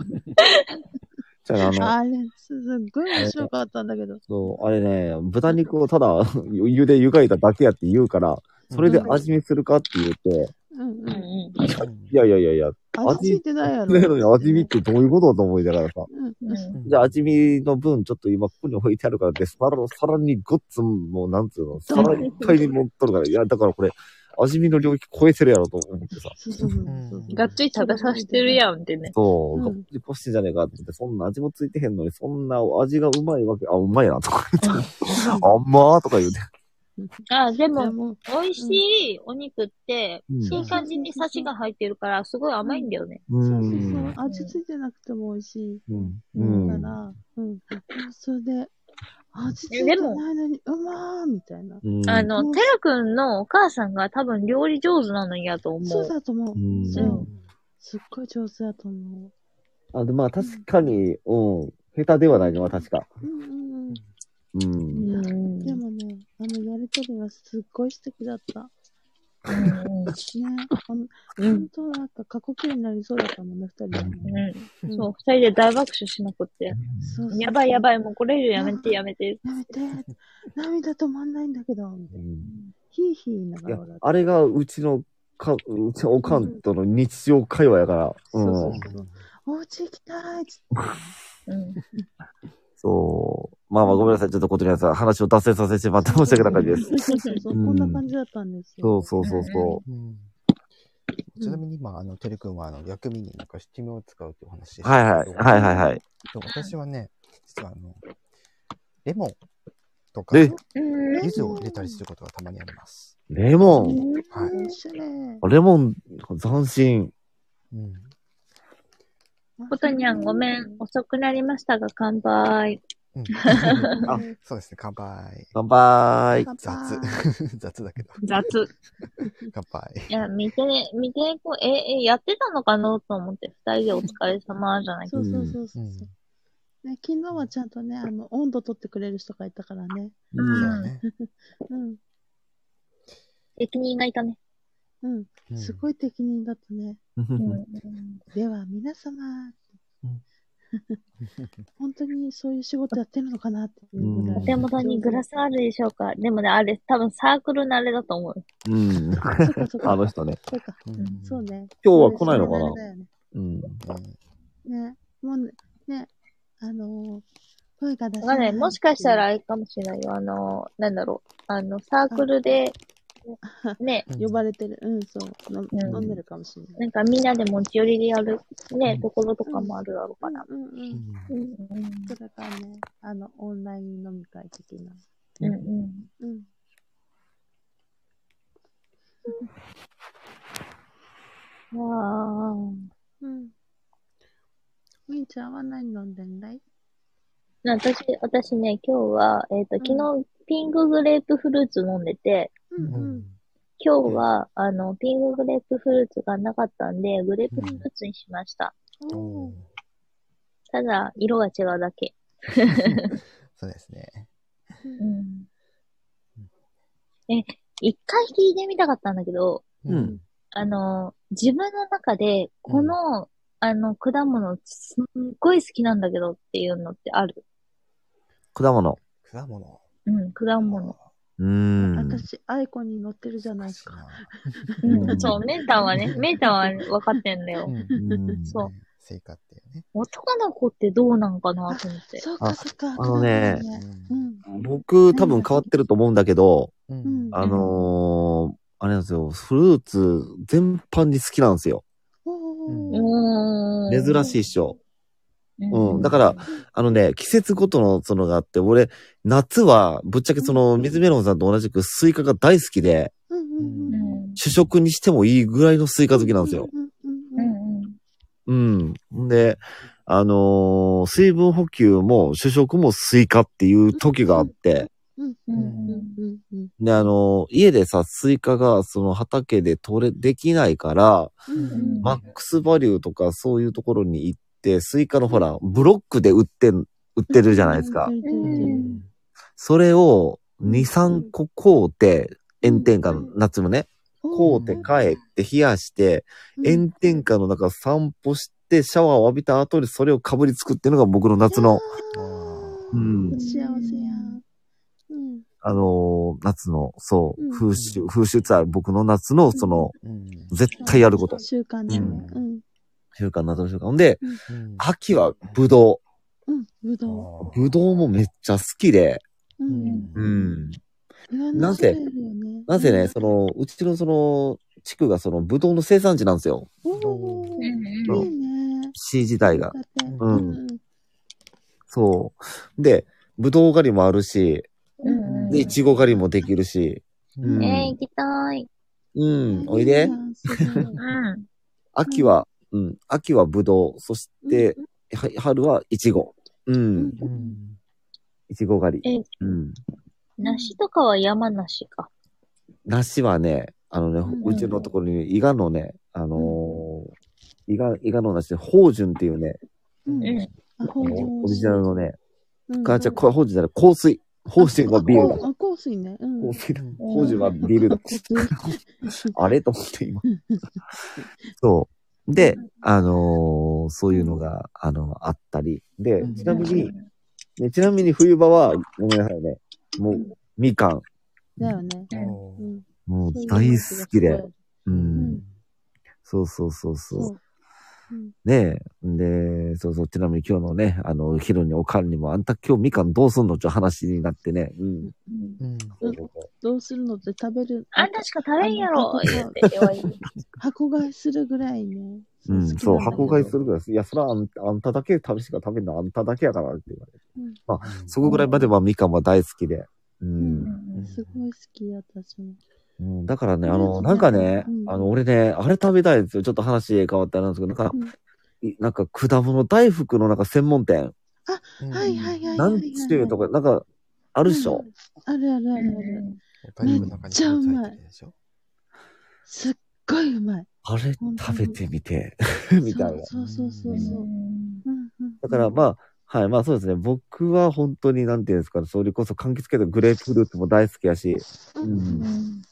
S2: じゃあ、あの、
S3: あれ、すっごい面白かったんだけど。
S2: そう、あれね、豚肉をただ 湯で湯がいただけやって言うから、それで味見するかって言って、
S3: うん
S4: う
S3: う
S4: んうん。
S2: いやいやいやいや、
S3: ん。味ついてないやろ。
S2: なのに味見ってどういうことだと思いながらさ、
S3: うん
S4: う
S3: うんん。
S2: じゃあ味見の分ちょっと今ここに置いてあるからで、さらさらにごっつん、もうなんつうの、皿いっぱいに持っとるから、いや、だからこれ、味見の領域超えてるやろと思ってさ、
S3: そうそうそうそう。
S4: がっつり食べさせてるやんってね。
S2: そう、
S3: う
S2: が
S3: ん
S2: っぽりこしてんじゃねえかって思って、そんな味もついてへんのに、そんな味がうまいわけ、あ、うまいなとか言って、あんまーとか言うて、
S4: あ、で
S3: で
S4: も、
S3: も、
S4: 美味しいお肉って、
S2: うん
S4: いい感じにサシが入ってるから、すごい甘いんだよね。
S2: う、。
S3: そうそうそうん味ついてなくても美味しい。
S2: うん、う
S3: だか
S2: ん。
S3: ら、うん。それで、味ついてないのに、うまーみたいな。
S2: うん
S4: あの、てらくんのお母さんが多分料理上手なのやと思う。
S3: そうだと思う。
S2: うん
S3: そう。すっごい上手だと思
S2: あでまあ確かに、うん、下手ではないのは確か。
S3: う。うんうんうん。
S2: うん。
S4: うん
S3: でもね、あの、やりとりがすっごい素敵だった。ね。
S4: うん
S3: あの本当なんか過去形になりそうだったもんね、二人はね。
S4: うんそう、二人で大爆笑しまくって。
S3: そうそう
S4: やばいやばい、もうこれ以上やめてやめて。
S3: やめて、涙止まんないんだけど、みたいなヒーヒー言いなが
S2: いや
S3: ら笑って。
S2: あれがうちのか、うちのおかんとの日常会話やから。う
S3: そうそ
S2: ん
S3: う。そう。お家行きたいっつ
S4: うん。
S2: そう。まあまあごめんなさい。ちょっとことにはさん、話を脱線させてしまって申し訳ない感じです。
S3: って。そう そうそう。
S2: うん
S3: こんな感じだったんです
S2: そ
S3: よ
S2: う。そうそうそ
S1: うんちなみに今、あの、てるくんは、あの、薬味になんか七味を使うってお話でし
S2: う。はい
S1: た
S2: は
S1: け
S2: い。
S1: ど。
S2: はいはいはい。
S1: で私はね、実はあの、レモンとか、
S2: で
S1: 柚、
S4: うん
S1: 子を入れたりすることがたまにあります。
S2: レモン。
S1: はい。
S3: おしゃれ。
S2: レモン、斬新。
S1: うん。
S4: ことにゃんごめん。遅くなりましたが、乾杯。
S1: うん
S2: あ
S1: そうですね、乾杯。
S2: 乾杯。
S1: 雑。雑だけど、
S4: 雑。
S1: 乾杯。
S4: いや、見て、見て、こう、え、え、やってたのかなと思って、二人でお疲れ様じゃない け
S3: そ
S4: ど。
S3: うそうそうそうう。
S1: ん。
S3: ね、昨日はちゃんとね、あの、温度取ってくれる人がいたからね。
S1: そううんね。
S3: うん。
S4: 責任がいたね。
S3: うん。
S1: うん
S3: すごい適任だったね。
S4: うん。
S3: では、皆様、本当にそういう仕事やってるのかなっていうぐら
S2: う
S3: い。
S2: ん
S4: 手元にグラスあるでしょうかでもね、あれ、多分サークルのあれだと思う。
S2: うん。
S3: そうかそう
S2: あの
S3: か。
S2: 人ね。
S3: そうか。
S1: うん
S3: そう。ね。
S2: 今日は来ないのかな
S3: それだよね
S2: うん。
S3: ね。もうね、ねあのー、声が出せ
S4: わかん
S3: な。
S4: ないい。もしかしたらあれかもしれないよ。あの、なんだろう。あの、サークルで、ね、
S3: 呼ばれてる。うん、そう。の
S4: うん
S3: 飲んでるかもしれない。
S4: なんかみんなで持ち寄りでやる、
S1: う
S4: ね
S1: ん、
S4: ところとかもあるだろうから。
S3: うんうんうん。
S4: う
S1: れ
S4: んうん
S3: それからね、あの、オンライン飲み会的な。
S4: うんうん。
S3: うん。
S4: わー。
S3: うん。みーちゃんは何飲んでんだい
S4: 私、私ね、今日は、えっ、と、昨日、ピンクグレープフルーツ飲んでて、
S3: うんうん。
S4: 今日は、あの、ピンクグレープフルーツがなかったんで、グレープフルーツにしました。
S3: おー
S4: ただ、色が違うだけ。
S1: そうですね。
S4: うん。え、一回聞いてみたかったんだけど、
S2: うん。
S4: あの、自分の中で、この、あの、果物、すっごい好きなんだけどっていうのってある。
S2: 果物。
S1: 果物。
S4: うん、果物。
S2: うーん。
S3: 私、アイコンに乗ってるじゃ
S1: お
S3: な
S1: か
S3: いで
S1: し
S3: す
S1: い
S3: か。
S1: な。
S4: うん、 そう、メンタはね、メンタは分かってんだよ。
S1: ん
S2: うん
S4: そう
S1: 成果っていうね。
S4: 男の子ってどうなんかなと思って。
S3: そうか、そうか。
S2: あのね
S3: 果物ね
S2: 僕、多分変わってると思うんだけど、
S1: う
S3: うん。うん。
S2: あのー、あれなんですよ、フルーツ全般に好きなんですよ。
S3: おー
S4: うーん。
S2: 珍しいっしょ。
S4: う
S2: うんだから、あのね、季節ごとのそのがあって、俺、夏はぶっちゃけその、水メロンさんと同じくスイカが大好きで、
S3: うんうん
S4: う
S3: うん。
S4: ん。
S2: 主食にしてもいいぐらいのスイカ好きなんですよ。
S3: うんうん
S4: う
S3: うん
S4: ん
S2: うん。んで、あのー水分補給も主食もスイカっていう時があって、
S4: うん。うん
S3: うんうん
S2: で、あのー家でさ、スイカがその畑で取れ、できないから、
S3: うん
S2: マックスバリューとかそういうところに行って、スイカのほら、ブロックで売ってん、売ってるじゃないですか。
S3: うん
S4: ん
S2: それを2、3個買うて、炎天下の
S3: うん
S2: 夏もね、買うて帰って冷やして、炎天下の中散歩して、シャワーを浴びた後にそれをかぶりつくっていうのが僕の夏の、
S3: あ
S2: うん
S3: ー幸せやん。うん。
S2: あのー夏の、そう
S3: うん、
S2: 風習、風習ツアー、僕の夏の、その、
S1: うん。
S2: 絶対やること。
S3: 習慣だね。うん。
S2: 習慣、夏の習慣。ほんで、
S1: うん
S2: 秋はブド
S3: うん。ぶ
S1: あ
S3: ど
S2: ウ。ブドウもめっちゃ好きで、
S3: う。う
S1: ー
S2: う
S3: ん。
S1: うん
S2: ん。
S3: いろん
S2: なぜ
S3: 種類あるよね
S2: なぜね、そ、の、うちのその、地区がその、ブドウの生産地なんですよ。
S3: うんおー
S4: うん
S2: そう
S3: いいね。
S2: 市自体が
S3: だ。って
S1: うん
S2: そう。で、ぶどう狩りもあるし、
S4: うん
S2: で、いちご狩りもできるし、うん
S4: えー、行きたい。
S2: うん、おいで。。
S4: うん。
S2: 秋は、うん、秋はぶどう、そして、は春はいちご。うん、
S1: うん
S2: いちご狩り。
S4: え、
S2: うん。
S4: 梨とかは山梨か。
S2: 梨はね、あのね、
S3: ん
S2: うちのところに、伊賀のね、あのー、伊賀、伊賀の梨で、宝順っていうね、
S3: うん
S4: うん。
S2: あのオリジナルのね、
S3: ル
S2: 母ちゃん、これ宝順じゃない、香水。宝水がビールだ。
S3: あ、香水ね。うん。
S2: 香水だ。
S1: うん
S2: 宝順はビールだ。あれと思って今。そう。で、あのーそういうのが、あのあったり。で
S1: うん、
S2: ちなみに、ね、ちなみに冬場は、ごめんなさいね。も
S3: うん
S2: う、みかん。
S3: だよね。
S1: お
S3: う
S1: ー
S3: ん
S2: もう大好きで。。う
S1: うんん。
S2: そうそうそう
S3: そ。
S2: そう
S3: うん
S2: う。ねえ。で、そうそう。ちなみに今日のね、あの、昼におかんにも、あんた今日みかんどうすんのって話になってね。うん。
S1: うん
S3: うんどうするのって食べる。
S4: あんたしか食べんやろ
S3: あ
S4: 言って言われる。箱
S3: 箱買いするぐらいね。
S2: うん、そう、箱
S3: い。
S2: 買いするぐらいです。いや、それはあんあんただけ食べしか食べんの、あんただけやからって言われて。そこぐらいまではみかんは大好きで。う。
S4: うんん
S3: すごい好き、私も。
S2: うん、だからね、あ
S3: う
S2: の、
S3: ん
S2: なんかね、
S3: うん
S2: あの、俺ね、あれ食べたいんですよ。ちょっと話変わったらなんですけど、なんか、いなんか果物大福のなんか専門店、
S1: うん
S3: はいはいはい。
S2: 何種類とか、なんか、あ
S3: あ
S2: るっしょ。。
S3: あるあるあるある。
S1: パニックの中に入って入ってるでしょ
S3: すっごいうまい。
S2: あれ
S3: 本当
S2: 食
S3: に
S2: べてみて、 みたいな。
S3: そうそうそうそう。うんうん
S2: だから、まあ、はい、まあそうですね。僕は本当に、なんていうんですかね、それこそ柑橘系のグレープフルーツも大好きやし、うん
S4: うん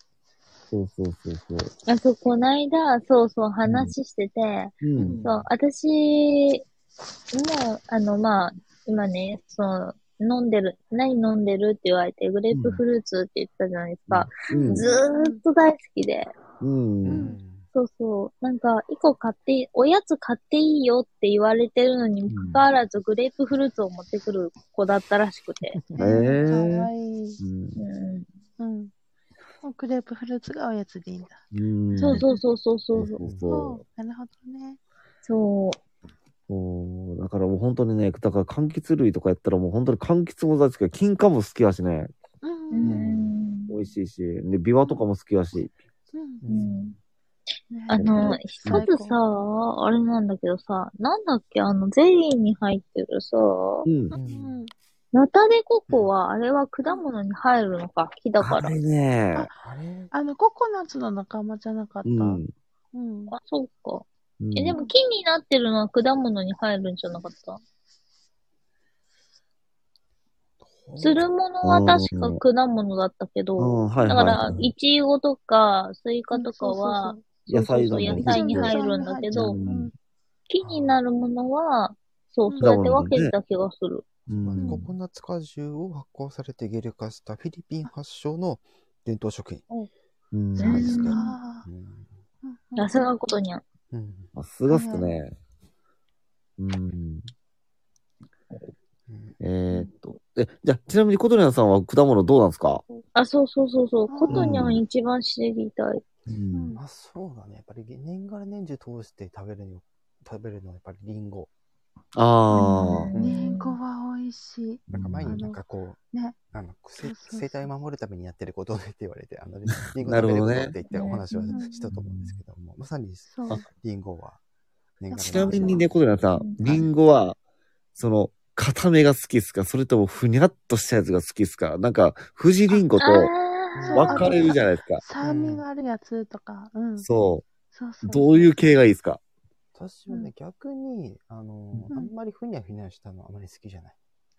S2: そうそうそうそう。
S4: あ、そう、こないだ、そうそう、話してて、
S2: うん。
S4: そう、私、もう、あの、まあ、今ね、その、飲んでる、何飲んでるって言われて、グレープフルーツって言ったじゃないですか。
S2: うん
S4: ずーっと大好きで。
S2: うん。
S4: そうそう。なんか、一個買っていい、おやつ買っていいよって言われてるのにもかかわらず、グレープフルーツを持ってくる子だったらしくて。
S2: え
S3: か
S2: ー
S3: わいい。
S2: う
S4: うん。
S3: うん。もうクレープフルーツがおやつでいいんだ。
S2: んうん
S4: そうそうそうそうそう。
S2: そ。
S3: なるほどね。
S4: そう
S2: そうだからもう本当にね、だから柑橘類とかやったらもう本当に柑橘も大好きや。金貨も好きやしね。
S3: う。
S4: う。うんん。
S2: 美味しいし。で、ビワとかも好きやし。
S3: うん
S4: うん
S3: ね
S4: あの、一
S3: 最
S4: つ
S3: 高
S4: さ、あれなんだけどさ、なんだっけ、あの、ゼリーに入ってるさ、
S2: うん
S3: う。ん。
S4: ナタデココは、あれは果物に入るのか、木だか
S2: あ
S4: ら。
S2: れね。
S1: あれ
S3: あの、ココナッツの仲間じゃなかった。
S2: う
S3: うんん。。うん。
S4: あ、そうか。
S2: うん
S4: え、でも木になってるのは果物に入るんじゃなかったつるものは確か果物だったけど、
S2: うん、はい
S4: だ
S2: は
S4: か
S2: い
S4: ら
S2: は、い。
S4: イチゴとか、スイカとかは、
S2: 野菜だ
S4: そう
S2: ね
S4: 野菜に入るんだけど
S2: う、ん
S4: 木になるものは、そう、
S3: うん
S4: そうやって分けてた気がする。
S2: うん
S1: ココナッツ果汁を発酵されてゲル化したフィリピン発祥の伝統食品。
S2: うん
S1: そうですね
S3: ああ。うん
S4: さすがことにゃん。
S1: うん。
S2: さすがっすね。うん。えーっと。え、じゃあ、ちなみに、ことりゃんさんは果物どうなんですか
S4: あ、そうそうそうそう。
S3: うん
S4: ことにゃん一番知りたい。
S2: う
S3: うん
S2: ん。
S1: まあそうだね。やっぱり年がら年中通して食べるよ食べるのはやっぱりリンゴ。
S2: あ
S4: うん
S2: あ。
S3: リンゴは美味しい。
S1: なんか前
S3: うん
S1: になんかこう、
S3: ね
S1: あの、
S3: そう
S1: 生
S3: そう
S1: 生態を守るためにやってることねって言われて、あ の、リンゴ
S2: な
S1: 食
S2: る
S1: べる
S2: ほど
S1: こと
S2: ね
S1: って言ってお話は
S3: うん
S1: したと思うんですけども、まさに
S3: そう。
S2: あ
S1: リンゴは年がら年中。
S2: ちなみにね、ことりゃんさん、
S4: うん
S2: リンゴは、その、固めが好きっすかそれとも、ふにゃっとしたやつが好きっすかなんか、富士リンゴと
S4: あ
S1: わ
S4: ー
S1: か
S2: 分かれるじゃないですか。
S3: 酸味があるやつとか。うん。そう
S2: そ。
S3: そうう。
S2: どういう系がいいですか
S1: 私はね、逆に、あの、
S3: うん
S1: あんまりふにゃふにゃしたのあまり好きじゃない。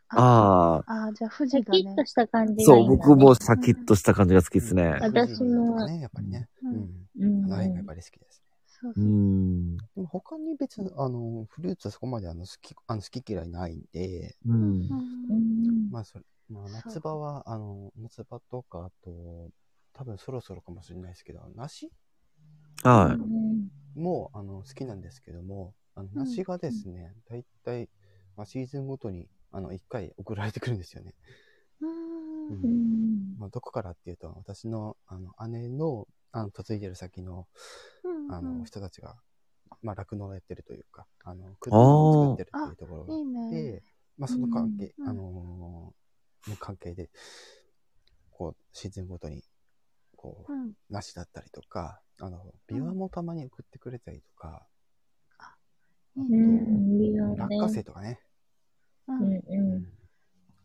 S2: ああ。
S3: ああ、じゃあ富士
S4: シャ
S3: が
S4: キッ
S3: ね
S4: と。した感じが
S2: そ
S4: いいん
S2: う、
S4: だね。
S2: 僕もシャキッとした感じが好きっすね。
S4: 私も
S1: ね、やっぱりね。
S3: うん
S1: うん。
S4: うん。
S1: あの辺がやっぱり好きですね。
S3: そう
S2: う
S3: そう。
S2: ん。
S1: でも他に別に、あの、フルーツはそこまであの好き、あの好き嫌いないんで、
S2: うん
S3: う。
S4: うんん
S1: まあそれ、まあ、
S3: そう
S1: 夏場は、あの、夏場とか、あと、多分そろそろかもしれないですけど、梨
S2: は
S4: う
S2: い。
S4: ん
S1: もあの好きなんですけども、あの
S3: うん
S1: 梨がですね、大体、まあ、シーズンごとにあの1回送られてくるんですよね。
S3: うん
S1: うん
S4: うん
S1: まあ、どこからっていうと、私のあの姉のあの嫁いでる先の
S3: うん
S1: あ
S3: うん
S1: の人たちが、まあ、酪農をやってるというか、あの、果物を作ってるっていうところが
S3: いい
S1: あっ
S3: ね
S1: て。、まあ、その関係、
S3: うん
S1: あのーの関係で、こう、シーズンごとに、こう
S3: う、ん。
S1: 梨だったりとか、あの、ビワもたまに送ってくれたりとか、
S3: いい
S4: うん。う
S3: ね。
S4: ん。いいよね
S1: 落花生とかね、
S3: う
S4: うん
S3: ん。
S4: う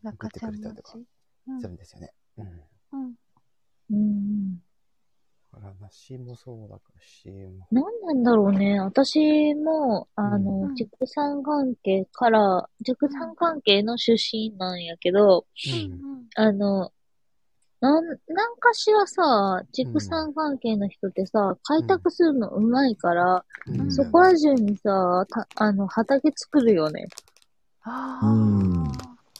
S3: なんかちゃんもち。うん
S1: するんですよね。うん。だ
S3: うん。
S4: ん。うん。
S1: から梨もそうだし、も
S4: 何なんだろうね。私も、あ
S3: う
S4: の
S3: ん、
S4: 畜産関係から、畜産関係の出身なんやけど、
S3: うん
S4: あの、なん、なんかしらさ、畜産関係の人ってさ、開拓するのうまいから、
S1: うん
S3: うん
S4: そこら中にさ、たあの、畑作るよね。
S3: あ
S2: うん
S3: あ。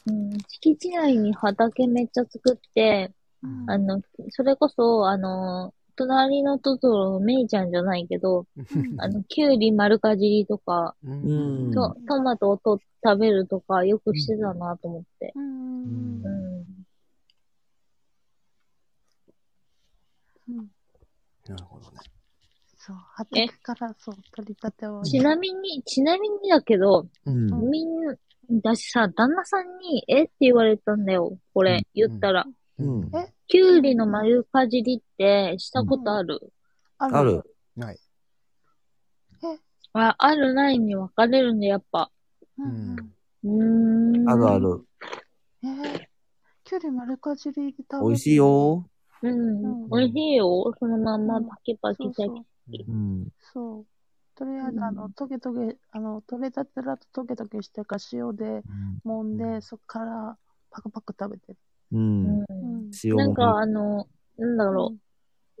S4: うん、敷地内に畑めっちゃ作って、
S3: うん
S4: あの、それこそ、あの、隣のトトロのメイちゃんじゃないけど、
S1: うん
S4: あの、キュウリ丸かじりとか、
S1: う
S2: うん
S1: ん。
S4: と
S3: う
S4: トマトをと食べるとかよくしてたなと思って。
S3: うん
S4: う。
S2: うん
S3: うん
S1: なるほどね。
S3: そう、畑からそう、取り立てを。
S4: ちなみに、ちなみにだけど、
S2: うん。
S4: みんな、私さ、旦那さんに、えって言われたんだよ。
S2: う
S4: こ
S2: ん
S4: れ、言ったら。
S2: うん。
S3: え
S4: キュウリの丸かじりってしたことある、
S2: ある。。
S1: ない。
S4: あ、あるないに分かれるんで、やっぱ。
S3: うんうん。
S4: うーん。
S2: あるあ。る。
S3: えー、キュウリ丸かじりで食べ
S2: 美味しい。よ。
S4: うん。
S1: うん
S4: 美味しいよ。そのまんまパキパ
S3: そ
S4: キ
S3: う
S4: シャ
S3: そ
S4: キ
S3: う。
S2: うん。
S3: そう。とりあえ
S4: う
S3: ず、
S4: ん
S3: あの、トゲトゲ、あの、取れたてだとトゲトゲしてるから塩で揉ん
S1: う
S3: で、
S1: ん
S3: そっからパクパク食べてる。
S2: うん。
S4: う
S2: 塩
S4: ん。なんか、
S2: も。
S4: あの、なんだろ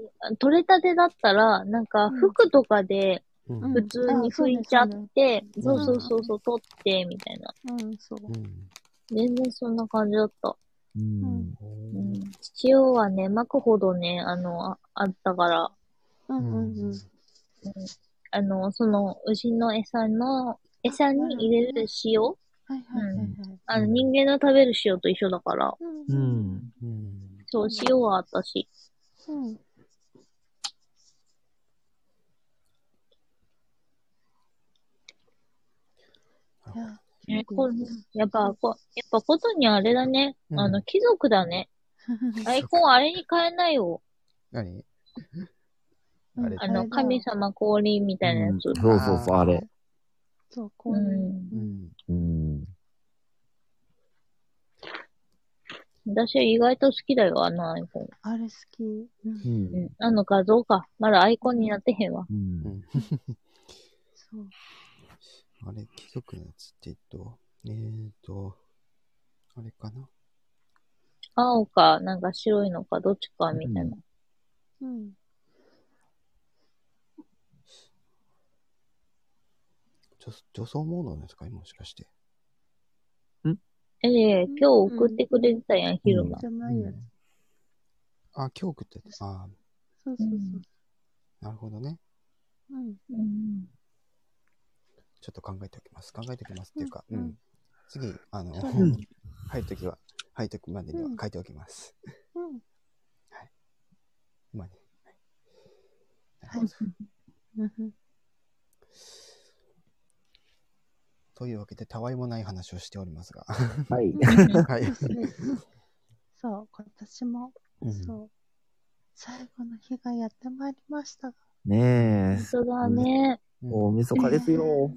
S4: う。取れたてだったら、なんか、服とかで、
S1: うん
S3: うん
S4: 普通に拭いちゃって、
S2: そ
S4: そうう
S2: ね
S4: そうそうそう、取って、みたいな。
S3: うん、そう。
S2: うん
S4: 全然そんな感じだった。
S2: うん
S4: うん、塩はね、巻くほどね、あの、ああったから、
S3: うんうんうん。
S4: あの、その、牛の餌の、餌に入れる塩、
S3: はいはいはいはい。
S4: あの、
S2: うん
S4: 人間の食べる塩と一緒だから、
S3: うん
S2: う
S3: うん
S2: ん
S1: うん
S4: そう、塩はあったし、
S3: うん。いや、
S4: ね
S3: うん
S4: こやっぱ、こやっぱことにあれだね、
S1: うん
S4: あの、貴族だね。アイコンあれに変えないよ。
S1: 何
S3: うん
S1: あれ
S4: あ
S3: れだ
S4: の、
S3: よ
S4: 神様降臨みたいなやつ。
S2: そうそうそう、あれ。
S3: そう、こ
S4: う
S3: うい
S4: ん。
S3: う。
S1: うん。
S2: うん。
S4: 私は意外と好きだよ、あのアイコン。
S3: あれ好き。うん
S2: う
S4: うんん。あの画像か。まだアイコンになってへんわ。
S2: うん
S1: うん
S3: そう。
S1: あれ、貴族のやつって、えっと、えーっと、あれかな
S4: 青か、なんか白いのか、どっちか、みたいな。
S3: うん。
S1: 女女装モードのやつかいもしかして。
S4: ええ今日送ってくれてたやん、昼間。
S3: じゃないやつ。
S1: あ、今日食ってた。あ
S3: そうそうそう。
S1: なるほどね。
S3: うん。
S4: うん。
S1: ちょっと考えておきます。考えておきますっていうか、う。
S3: うんん
S1: 次、あの、
S3: そうだ
S2: ね
S1: 入るときは、入るときまでには
S3: うん
S1: 書いておきます。
S3: うん。
S1: 今ね。はい
S3: はいうん
S1: というわけで、たわいもない話をしておりますが。
S2: はい。
S1: はい。
S3: ですね。そう、今年も、
S1: うん
S3: そう、最後の日がやってまいりましたが、
S2: ねえ、
S4: 本当だね。
S2: 大晦日ですよ。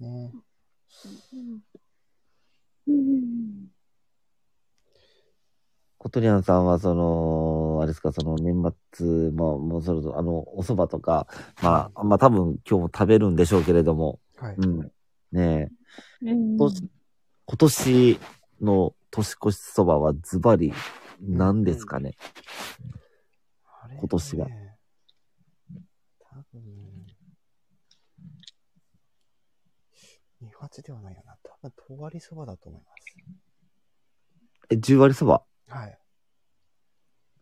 S1: ね
S3: うん、
S4: うん。
S2: コトリアンさんは、その、あれですか、その年末、まあ、もうそろそろ、あの、お蕎麦とか、まあ、まあ多分今日も食べるんでしょうけれども、
S1: はい。
S2: うん。ねえ、
S4: う
S2: 今
S4: ん
S2: 年今年の年越しそばはズバリ何ですかね。
S1: あれ
S2: 今年が
S1: ね多分、二発ではないよな。多分、とわりそばだと思いま
S2: え、10割そば
S1: す。はい。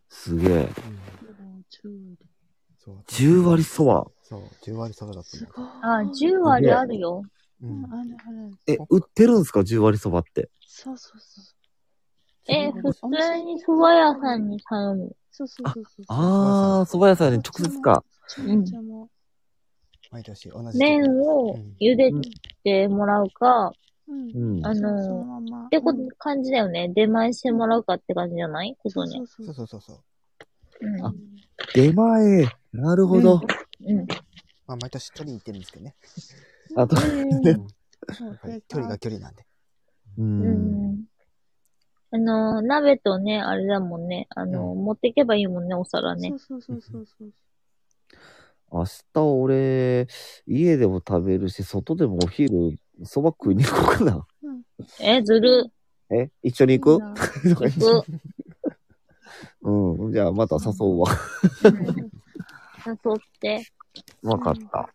S2: すげえ。
S1: うん、
S3: もう10
S1: そう。
S2: 10割そば
S1: そう、10割そばだと
S3: す
S1: 思
S3: ごい。
S4: あ、10割あるよ。
S1: う。
S3: う、
S1: うんん
S3: あるある。
S2: え、売ってるんですか ?10 割そばって。
S3: そうそうそう。
S4: え、
S3: 10
S4: 普
S3: 割
S4: 通に蕎麦屋さんに頼む。
S3: そうそうそうそう。
S2: あー、蕎麦屋さんに直接か。
S3: そっちも。そっちも
S1: 毎年同じ。
S4: 麺を茹でてもらうか、
S3: うん。
S2: うん。
S4: あ
S3: そ
S4: の
S3: うそまま
S4: ってこ
S3: うん
S4: 感じだよね。出前してもらうかって感じじゃないことね。
S3: そ
S1: そ
S3: うそう
S1: うそうそうそう。
S4: うん
S2: あ出前。なるほど。
S4: うん。
S1: まあ、毎年取りに行ってるんですけどね。
S2: あと、
S1: う
S4: うん
S3: そう。
S1: は
S3: で
S1: い距離が距離なんで。
S2: う。
S4: うんん。あの、鍋とね、あれだもんね。あの、持っていけばいいもんね、お皿ね
S3: そ。うそうそうそうそう。
S2: 明日俺、家でも食べるし、外でもお昼、そば食いに行こうかな。
S4: え、ずる。
S2: え一緒に行く
S3: いいな
S2: とか言って
S4: 行く。
S2: うん。じゃあまた誘うわ。
S4: 誘って。
S2: わかった。。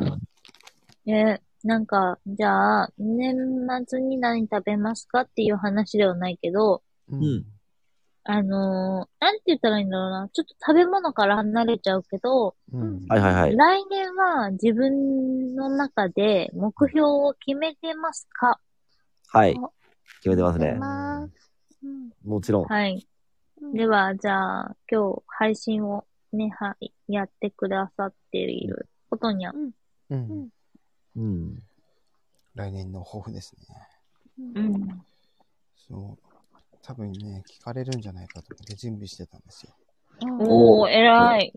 S4: うん。え、なんか、じゃあ、年末に何食べますかっていう話ではないけど、
S1: うん
S4: あのーなんて言ったらいいんだろうな。ちょっと食べ物から離れちゃうけど、
S1: うん。
S2: はいはいはい。
S4: 来年は自分の中で目標を決めてますか
S2: はい。決めてます
S3: 出
S2: ね。
S3: ます。うん。
S2: もちろん。
S4: はい。
S3: うん
S4: では、じゃあ、今日配信をね、はい、やってくださっていることにゃ。
S1: う
S3: うんん。
S2: うん。
S1: 来年の抱負ですね。
S3: う。
S4: うんん。
S1: そう。多分ね、聞かれるんじゃないかと思って準備してたんですよ。
S4: おー、偉い。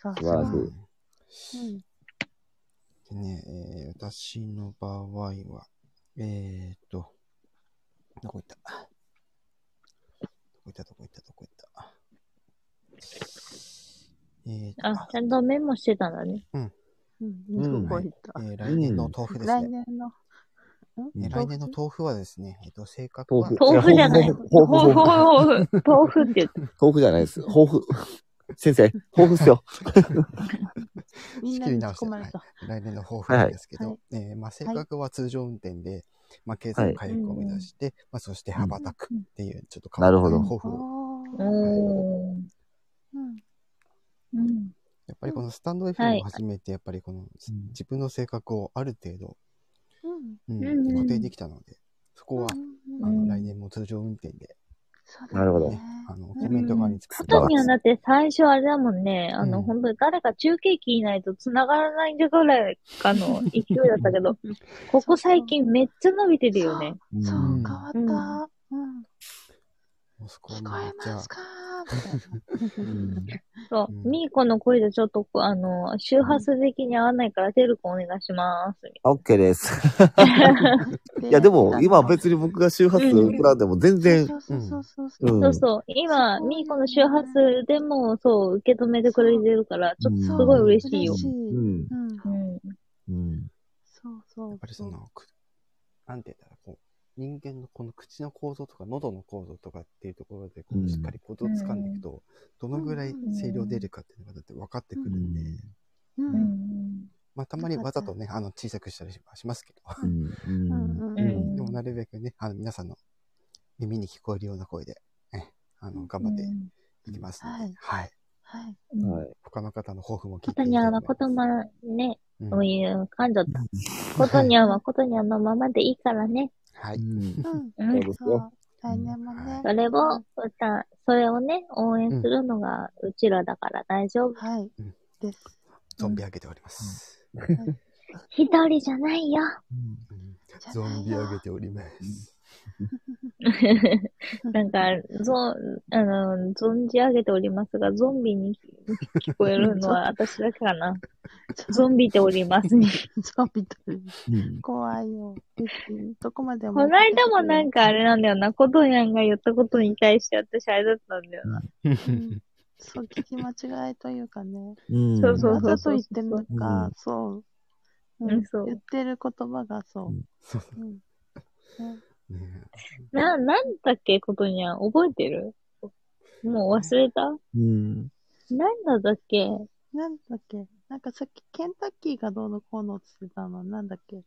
S3: さす
S2: 素晴ら
S3: が
S2: し。い
S3: うん。
S1: でね、えー私の場合は、えー、っと、どこ行ったどこ行ったどこ行ったどこ行ったえーっと、
S4: あ、ちゃんとメモしてたんだね。
S3: うん。
S2: うん
S3: どこ行った
S1: えー来年の豆腐です
S3: 来
S1: ね。
S3: 年の。
S1: えー
S2: うん
S1: 来年の豆腐はですね、えっと、性格は
S2: 豆腐。
S4: 豆腐じゃない
S2: や豆腐、 豆腐、豆腐
S4: 豆腐、豆腐って言って。
S2: 豆腐じゃないです。豆腐。 先生、豆腐っす よ。
S3: みんなに突っ込まれた。
S1: 来年の抱負
S2: はい
S1: なん
S2: はい
S1: ですけど、えーまあ、性格は通常運転で、まあ、経済回復を目指して、まあ、そして羽 ばたくっていう、ちょっと変わった
S2: なる
S1: 抱
S3: あ
S1: 負を。
S4: う
S3: ー
S4: ーん。
S3: うん
S4: うん。
S1: やっぱりこのスタンド
S4: は
S1: FM
S4: い
S1: を始めて、やっぱりこの
S2: ん
S1: 自分の性格をある程度、
S3: うん
S1: うん
S4: うんうん
S1: 固定できたので、そこは、
S3: うん
S1: あ
S4: う
S1: の、
S4: ん
S1: 来年も通常運転で、
S3: そうだね
S2: なるほど
S1: ね、あの、コメント側につく
S4: スタミ
S1: は
S4: はだって最初あれだもんね、あの、
S1: うん
S4: 本当に誰か中継機いないと繋がらないんじゃぐらいかの勢いだったけど、ここ最近めっちゃ伸びてるよね。
S3: そうう、
S2: ん
S3: 変わった。うん。
S1: もうそこは
S3: 聞
S1: もうめ
S3: こ
S1: っ
S3: え
S1: ちゃ
S3: ますか
S2: うん
S4: そう、
S1: うん
S4: ミーコの声でちょっと、あの、周波数的に合わないから、テルコお願いします。
S2: オッケーです。
S3: い
S2: いや、でも、今別に僕が周波数
S4: うん
S2: 送らんでも全然、
S3: そうそうそうそう
S2: う
S3: そ
S2: ん
S3: う。
S4: そうそう、今、
S3: そう
S4: ミーコの周波数でも、そう、受け止めてくれてるから、ちょっ
S2: うん
S4: とすごい嬉しいよ
S3: 嬉。し
S2: う
S3: い。うん
S2: ん。
S4: うん。
S2: うん。
S3: そうそう。
S1: やっぱりその、くなんて言ったら、こう、人間のこの口の構造とか喉の構造とかっていうところで、こ
S2: うん
S1: う、しっかりコツを掴んでいくと、どのぐらい声量出るかっていうのがだって分かってくるんで、
S2: うん
S3: う。
S4: うん
S3: うん
S4: ん。
S1: まあ、たまにわざとね、あの、小さくしたりはしますけど、
S2: うん。
S3: う
S2: うん
S3: ん
S4: う
S3: うん
S4: ん
S1: でもなるべくね、あの、皆さんの耳に聞こえるような声で、ね、あの、頑張っていきますので、
S3: うん
S1: はい。
S3: はい。
S4: うん
S2: はい。
S1: 他の方の抱負も聞いて
S4: こと
S1: いき
S4: に
S1: たい
S4: ゃん
S1: 思
S4: はことま、ね、
S1: い
S4: そう
S1: ます
S4: いう感情。ことにゃんはことにゃんのままでいいからね。
S1: うんは
S2: う
S1: い。
S2: ん
S3: う
S2: そう
S3: ん。
S4: う。
S2: んです
S3: そ
S2: よ。
S3: う。来年もね。
S4: それを、歌、それをね、応援するのが、うちらだから大丈夫。
S3: はい
S1: うん。
S3: です。
S1: ゾンビ上げております。
S4: 一人じゃないよ。
S1: うん
S3: じゃない
S1: ゾ
S3: よ
S1: ンビ上げております。
S4: なんか、ゾン、あの、存じ上げておりますが、ゾンビに聞こえるのは私だけ かな。ゾンビでおりますね。
S3: ゾンビという
S2: うん
S3: 怖いよ。どこまでも。
S4: こないだもなんかあれなんだよな、ことにゃんが言ったことに対して私あれだったんだよな。
S3: うんそう、聞き間違いというかね。
S2: うん
S4: そうそう
S3: わざと言ってるのか、そう。
S4: うんそう
S3: 言ってる言葉がそう。
S1: そうそ
S3: うん
S1: うね
S4: な、なんだっけ、ことにゃん。覚えてるもう忘れた
S2: うん。
S4: なんだったっけ
S3: なんだっけなんかさっきケンタッキーがどうのこうのって言ってたのなんだっけ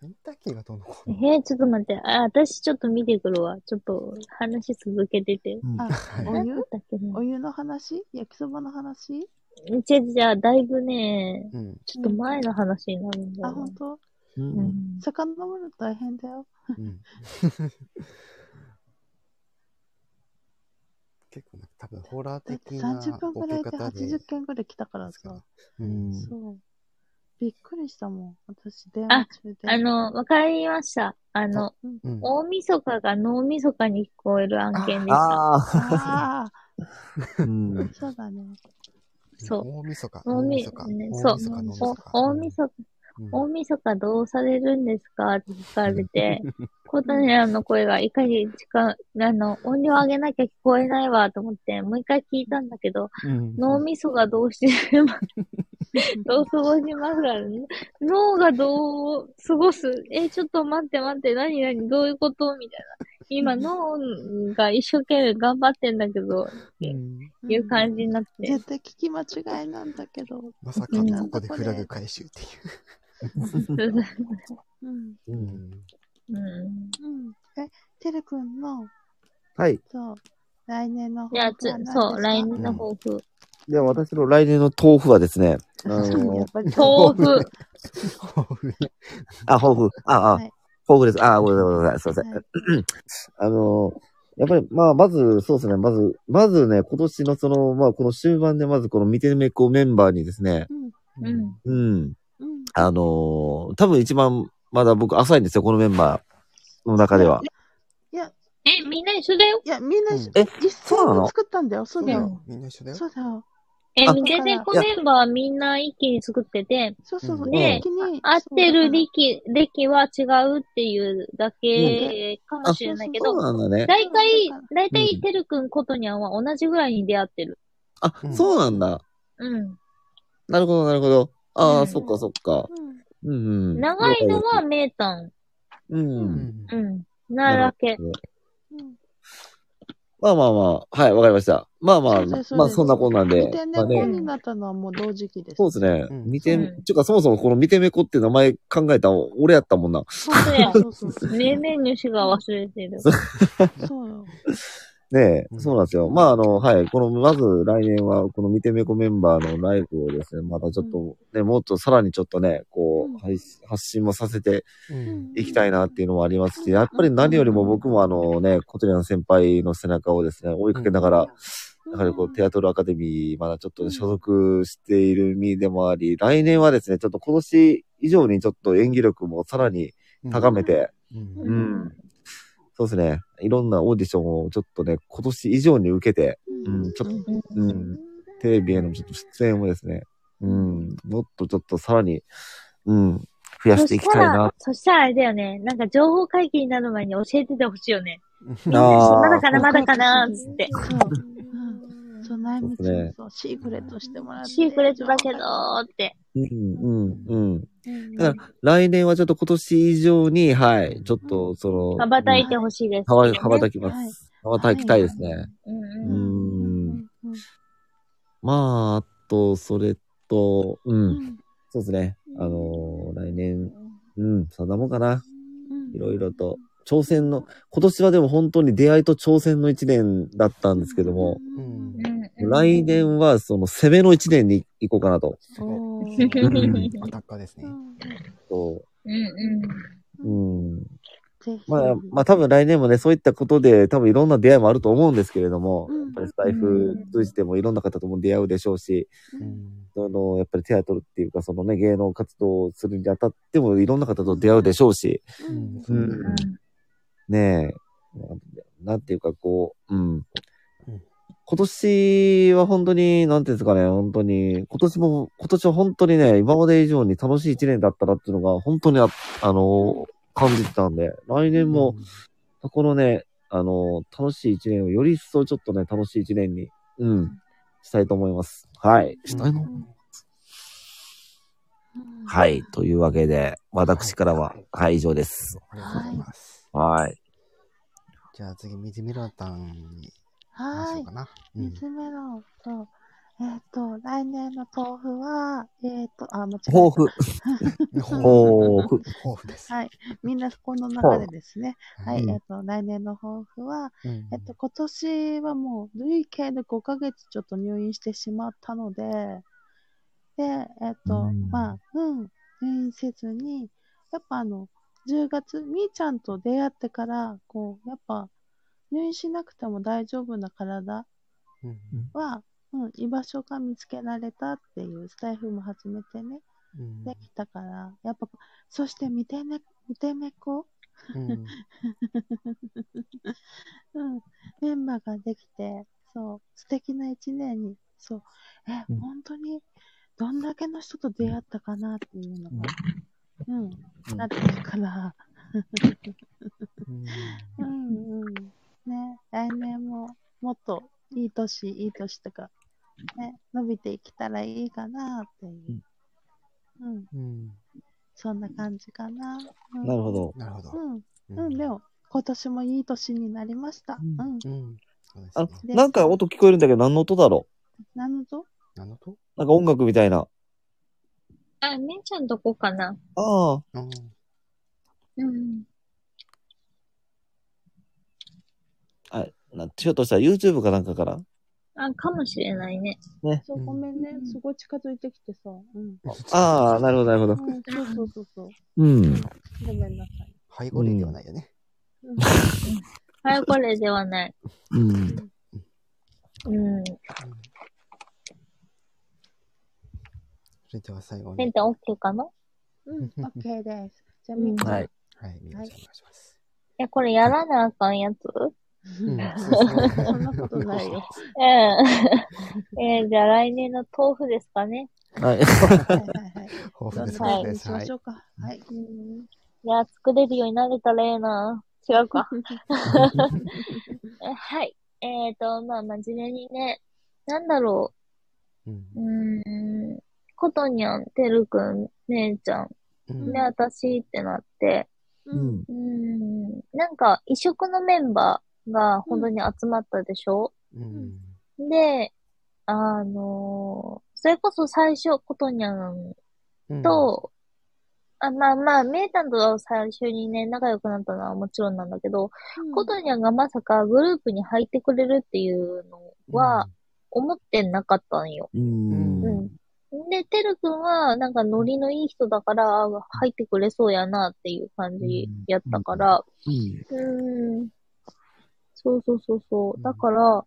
S1: ケンタッキーがどうのこ
S4: え
S1: うの
S4: ー、ちょっと待って。あ、私ちょっと見てくるわ。ちょっと話続けてて。
S3: あ、
S1: はい
S3: お
S4: なんだ
S3: 湯
S4: ったっけ
S3: お
S4: ね。
S3: 湯の話焼きそばの話
S4: じゃじゃだいぶね、
S1: うん。
S4: ちょっと前の話になるんだ
S3: あ、
S4: よな
S3: ほんと
S2: う。
S4: うんん
S3: 魚もると大変だよ。
S1: うん。結構なんか多分ホラー
S3: だって
S1: 的な
S3: 30分
S1: ボ
S3: く
S1: ケ
S3: らいで
S1: 方で
S3: 80。件ぐらい来たからさ。
S1: うん。
S3: そう。びっくりしたもん。私、電
S4: あ
S3: 話中で。
S4: あの、わかりました。あの、
S3: うん、
S1: うん。
S4: 大晦日が脳晦日に聞こえる案件でした。
S2: ああ。
S3: あ
S2: うん
S3: あ、そうだね。
S4: そう。
S1: 大晦日。
S4: 大
S1: 大
S4: み
S1: 晦日。
S4: ね
S1: 大
S4: そう
S1: 晦日、
S4: お大
S1: 大
S4: 晦
S1: 晦
S4: 日、
S1: 日。
S4: 大晦日どうされるんですかって聞かれ て、コタネラの声がいかに近い、あの、音量上げなきゃ聞こえないわと思って、もう一回聞いたんだけど、
S1: うん。
S4: 脳みそがどうして ます、どう過ごしますかね脳がどう過ごすえ、ちょっと待って待って、何何どういうことみたいな。今、脳が一生懸命頑張ってんだけど、
S1: うん
S4: いう感じになって。
S3: 絶対聞き間違いなんだけど。
S1: まさかのここでフラグ回収ってい
S3: うん。
S2: う。
S1: う。うんん。
S4: う
S3: う
S4: ん
S3: ん。え、てるくんの、
S2: はい。
S3: そう、来年の
S4: じゃあつ、そう、来年の抱負。
S2: では私の来年の豆腐はですね、あ
S3: 年。 や
S2: の
S3: っ、ぱり
S4: 豆腐。
S2: あ、豆腐。あ、あ
S3: はい、
S2: 豆腐です。あ、ごめんなさいごめんなさい。すいません。
S3: はい
S2: あの、やっぱり、まあ、まず、そうですね、まず、まずね、今年のその、まあ、この終盤で、まずこの見てめこメンバーにですね、
S3: うん。
S4: うん。
S2: うん、
S3: うん。
S2: あのー多分一番、まだ僕浅いんですよ、このメンバーの中では。
S3: いや、
S4: え、みんな一緒だよ。
S3: いや、みんな、
S1: うん
S3: 一
S2: え、そうな
S3: 緒に
S2: の
S3: 作ったんだよ。そうだよ。
S1: みんな一緒だよ。
S3: そうだよ。
S4: え、
S2: あ
S4: 見ててこメンバーはみんな一気に作ってて、
S3: そうそうそうう。
S1: ん
S4: で
S3: 先に
S4: 合ってる
S3: リ
S4: 歴、歴は違うっていうだけかもしれないけ
S2: そう
S4: ど、
S2: なんだ ね。
S4: 大体
S3: うん、
S4: 大体、てるくんことにゃんは同じぐらいに出会ってる。
S2: あ、そうなんだ。
S4: うん。
S2: なるほど、なるほど。ああ、
S4: うん
S2: そっか、そっか。
S3: うん。
S2: うん、うん。
S4: 長いの
S2: 了解
S4: はメータン。
S2: う。
S1: うんん。
S4: うん。なるわけ。
S3: うん
S2: まあまあまあ、はい、わかりました。まあまあ、
S3: そうです
S2: まあそんなこんなんで
S3: 見て。
S2: まあ
S3: 猫
S2: ね、
S3: になったのはもう同時期です。
S2: そうですね。
S1: うん
S2: 見て、
S4: うん
S2: ちゅうかそもそもこの見てめこって名前考えたの俺やったもんな。
S4: 本当や。
S3: そうそうそう。
S4: 命名主が忘れてる。
S3: そうよ。
S2: ね
S1: う
S2: え、
S1: ん
S2: そうなんですよ。まああの、はい、この、まず来年はこの見てめこメンバーのライブをですね、またちょっと、ね、もっとさらにちょっとね、こ
S3: うん
S2: う、配信発信もさせて
S1: うん。
S2: いきたいなっていうのもありますし、やっぱり何よりも僕もあのね、コトリアン先輩の背中をですね、追いかけながら、やはりこう、テアトルアカデミー、まだちょっとね所属している身でもあり、来年はですね、ちょっと今年以上にちょっと演技力もさらに高めて、
S1: うん。
S2: う
S1: うん
S2: ん。そうですね。いろんなオーディションをちょっとね、今年以上に受けて、うん、ちょっと、うん、テレビへのちょっと出演をですね、うん、もっとちょっとさらに、うん、増やしていきたいな。
S4: そしたらあれだよね。なんか情報会議になる前に教えててほしいよね。
S2: あ
S4: まだかな、
S2: ー
S4: まだかな、つって。
S3: うん。そう、内密
S2: そうで
S3: に
S2: す
S3: そう、シークレットしてもらって。
S4: シークレットだけどーって。
S2: うん、うん、うん。
S3: うん。
S2: だから、来年はちょっと今年以上に、はい、ちょっと、その、
S4: 羽ばたいてほしいです、
S2: 羽ば羽ばた
S4: き。
S2: きます。羽ばたきたいですね。
S4: うん
S2: う
S4: うん。
S2: ん。まあ、あと、それと、う。
S3: うんん。
S2: そうですね。あのー来年、うん、そんなもんかな。いろいろと。挑戦の、今年はでも本当に出会いと挑戦の一年だったんですけども、
S1: うん
S4: うん。
S2: 来年はその攻めの一年に行こうかなと。
S3: おー
S4: うん
S1: うんアタッカーですね。
S2: そ
S4: うんう
S2: ううん。
S3: ぜひ
S2: まあ、まあ多分来年もね、そういったことで多分いろんな出会いもあると思うんですけれども、
S3: うん
S2: やっぱりスタイフ通じてもいろんな方とも出会うでしょうし、
S1: うん。
S2: あの、やっぱりテアトルっていうか、そのね、芸能活動をするにあたってもいろんな方と出会うでしょうし、
S3: うん
S1: うん
S4: んうん。
S2: ねえ、なんていうかこう、うん
S1: うん。
S2: 今年は本当に、なんていうんですかね、本当に、今年も、今年は本当にね、今まで以上に楽しい一年だったなっていうのが、本当にあ、あの、感じてたんで、来年も、このね、あの、楽しい一年をより一層ちょっとね、楽しい一年に、うん、したいと思います。はい。したいのはい。というわけで、私からは、はい、以上です。
S1: ありがとうございます。
S2: はい。
S1: じゃあ次、水メロンタンに行きまし
S3: は
S1: ょ
S3: いう
S1: か。な。うん。
S3: 水メロンと、えっと、来年の豆腐は、えっと、あ、間違え
S2: 抱
S3: た。
S2: 負。
S1: 豊
S2: 豊富。
S1: 富です。
S3: はい。みんなこの中でですね。は
S1: う
S3: い。
S1: ん
S3: えっと、来年の抱負は、
S1: うん
S3: えっと、今年はもう累計で5ヶ月ちょっと入院してしまったので、で、えっと
S2: うん、
S3: まあ、うん、入院せずに、やっぱあの、10月、みーちゃんと出会ってから、こう、やっぱ、入院しなくても大丈夫な体
S1: うん
S3: は、うん、居場所が見つけられたっていうスタイフも始めてね、
S1: うん
S3: できたから、やっぱ、そして見てね、見てめこ、
S1: うん
S3: うん、メンバーができて、そう、素敵な一年に、そう、え、
S2: うん
S3: 本当に、どんだけの人と出会ったかなっていうのが、うん、なってるから、
S1: うん
S3: うんうん。ね、来年も、もっと、いい年、いい年とか、ね、伸びていけたらいいかなっていう。うん、
S1: うん
S3: そんな感じかな。うん、
S2: なるほど。
S1: なるほど。
S3: うん、うん、でも、今年もいい年になりました。
S2: う
S3: うん、
S1: うん。そうです
S2: あ
S1: ね
S2: の。、なんか音聞こえるんだけど、何の音だろ
S3: なのぞ
S1: なのと
S2: うなんか音楽みたいな。
S4: あ、めんちゃんとこかな。
S2: ああ、
S1: あー
S4: うん。
S2: はい。なちょっとしたら YouTube かなんかから。
S4: あ、かもしれないね。
S3: そう、ごめんね。すごい近づいてきてさ。うん。
S2: ああ、なるほど、なるほ
S3: う
S2: ど。
S3: ん、そうそうそうそう。
S2: うん。
S3: ごめんなさい。
S1: 背後霊ではないよね。
S3: うん、
S4: はい、これではない。
S2: うん。
S4: うん。
S1: それでは最後
S4: めん
S1: に。
S4: ちゃん OK かな
S3: うん、OK です。じゃあ、みんな。
S2: はい。
S1: はい、みおちゃんお願いします。
S4: いや、これやらなあかんやつ
S1: うん
S3: そんなことないよ。
S4: うん。えー、じゃあ来年の豆腐ですかね。
S2: はい。
S3: はいはいは
S1: 豊
S3: い。ど
S1: 富
S3: う
S1: で
S3: ぞ
S1: す。豊
S3: は
S1: 富
S3: い
S1: で
S3: に
S1: す。
S3: しま
S1: は
S3: し
S1: い
S3: ょ。うか。はい。
S4: うん。いや、作れるようになれたらええな。違う か。えはい。えっ、と、まあ、真面目にね、なんだろ
S1: うん
S4: う。うーん。ことにゃん、てるくん、めいちゃん、
S1: うん
S4: で、私ってなって、
S3: うん。
S4: うん。なんか、異色のメンバーが本当に集まったでしょ、
S1: うん。
S4: で、あのーそれこそ最初、ことにゃん
S1: うん、
S4: と、あまあまあ、メイタンとは最初にね、仲良くなったのはもちろんなんだけど、コトニャンがまさかグループに入ってくれるっていうのは思ってなかったんよ。
S2: う
S1: うん
S2: ん。
S4: で、てるくんはなんかノリのいい人だからあ入ってくれそうやなっていう感じやったから、うん。そうそうそうそう。だから、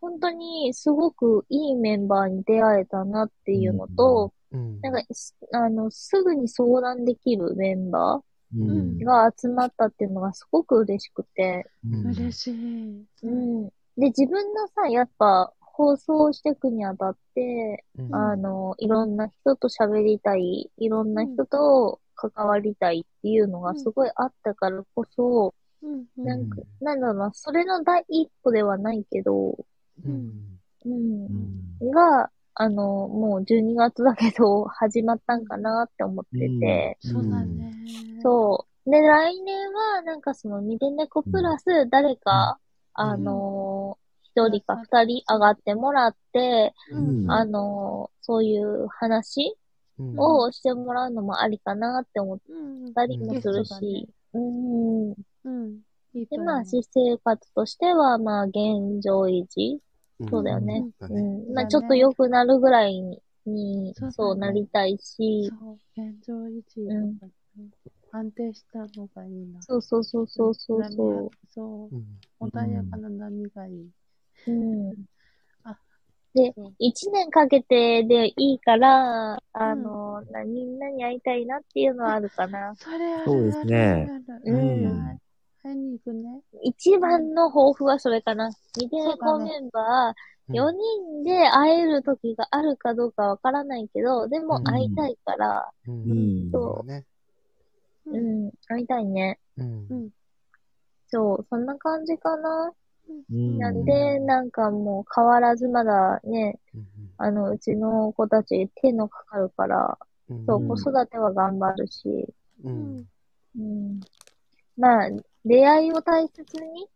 S4: 本当にすごくいいメンバーに出会えたなっていうのと、
S1: うん、
S4: なんか、すあの、すぐに相談できるメンバ
S2: うん
S4: ー。が集まったっていうのがすごく嬉しくて、
S1: うん
S3: 嬉しい。
S4: うん。で、自分のさ、やっぱ、放送していくにあたって、
S1: うん
S4: あの、いろんな人と喋りたい、いろんな人と関わりたいっていうのがすごいあったからこそ、
S3: うん。
S4: な
S3: うん
S4: か、なんだろうな、それの第一歩ではないけど、
S1: うん
S4: うん
S2: う、ん
S4: が、あの、もう12月だけど、始まったんかなって思ってて、
S3: そうだね。
S4: そう。で、来年は、なんかその、ミデネコプラス、誰か、
S1: うん
S4: あのー、一人か二人上がってもらって、
S2: うん
S4: あのー、そういう話
S1: うん
S4: をしてもらうのもありかなって思っ
S3: うん。
S4: たりもする
S3: うん
S4: し、うん。
S3: うん。いいと
S4: で、
S3: 思う
S4: まあ、私生活としては、まあ、現状維持。そうだよね。
S1: だ
S4: う
S1: ね。
S4: ん。まあ、ちょっと良くなるぐらいに、に
S3: そうだね
S4: そうなりたいし、
S3: そう、現状維持
S4: う
S3: とかね、安定したのがいいな。
S4: そうそうそうそうそうそう。
S3: そう。
S1: うん
S3: 穏やかな波がいい。
S4: うん
S3: あ。
S4: で
S3: そう、
S4: 一年かけてでいいから、あの、なみんなに会いたいなっていうのはあるか な。
S3: それある
S2: そうですね。
S3: あるある
S4: うん
S3: はい会いに行くね。
S4: 一番の抱負はそれかな。ミデネ
S3: そう
S4: コ
S3: だね
S4: メンバ
S1: う
S4: ー、
S1: ん
S4: 4人で会える時があるかどうかわからないけど、で
S1: う
S4: も
S1: ん
S4: 会いたいから、
S1: うん
S2: うん。
S1: そうだね。
S3: う
S4: う。ん、会いたいね。
S1: うん
S3: うん
S4: そう、そんな感じかな。
S2: うん
S4: なんで、なんかもう変わらずまだね、あの、うちの子たち手のかかるから、
S1: うん
S4: そうう、
S1: ん
S4: 子育ては頑張るし、
S1: うん
S4: うんまあ、出会いを大切に、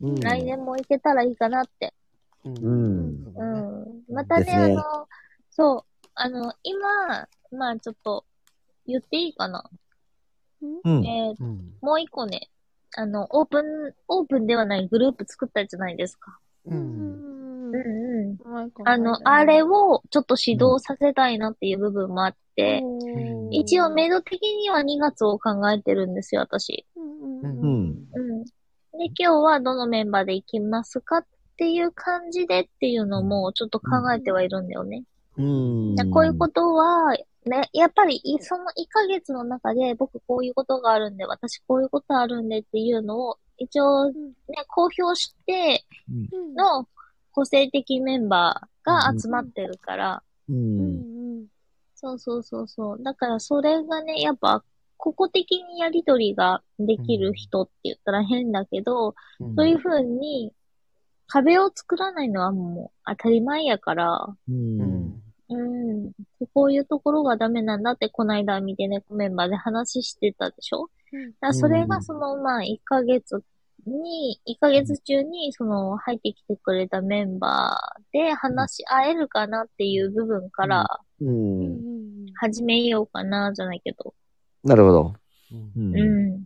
S2: うん
S4: 来年も行けたらいいかなって。
S1: う
S2: うんん。
S1: そう
S4: う
S1: だね
S4: ん。またね、
S2: ですね
S4: あの、そう、あの、今、まあちょっと、言っていいかな。
S2: うん。
S4: えー
S1: うん
S4: もう一個ね、あの、オープン、オープンではないグループ作ったじゃないですか。
S1: う
S3: うんん
S4: うんうん。
S3: もう一個
S4: あの、あれ
S3: を、
S4: をちょっと指導させたいなっていう部分もあって、
S1: うん
S4: 一応メイド的には2月を考えてるんですよ、私。
S3: うん
S1: うん
S2: うん。
S4: うん。で、今日はどのメンバーで行きますかっていう感じでっていうのもちょっと考えてはいるんだよね。
S2: うん。
S4: でこういうことは、ね、やっぱりいその1ヶ月の中で僕こういうことがあるんで、私こういうことあるんでっていうのを一応ね、公表して
S3: うん
S4: の個性的メンバーが集まってるから、
S2: う。
S3: うんん
S4: そうそうそうそう。だからそれがね、やっぱ、個々的にやりとりができる人って言ったら変だけど、
S1: うん
S4: そういう風に、壁を作らないのはもう当たり前やから、
S2: うん。
S1: うん
S4: うん。こういうところがダメなんだって、こないだ見て猫メンバーで話してたでしょ
S3: うん
S4: だからそれがその、まあ、1ヶ月に、1ヶ月中に、その、入ってきてくれたメンバーで話し合えるかなっていう部分から
S2: う
S3: うんうん
S2: ん。
S3: うん
S4: 始めようかな、じゃないけど。
S2: なるほど。
S1: うん
S2: う。
S4: うんん。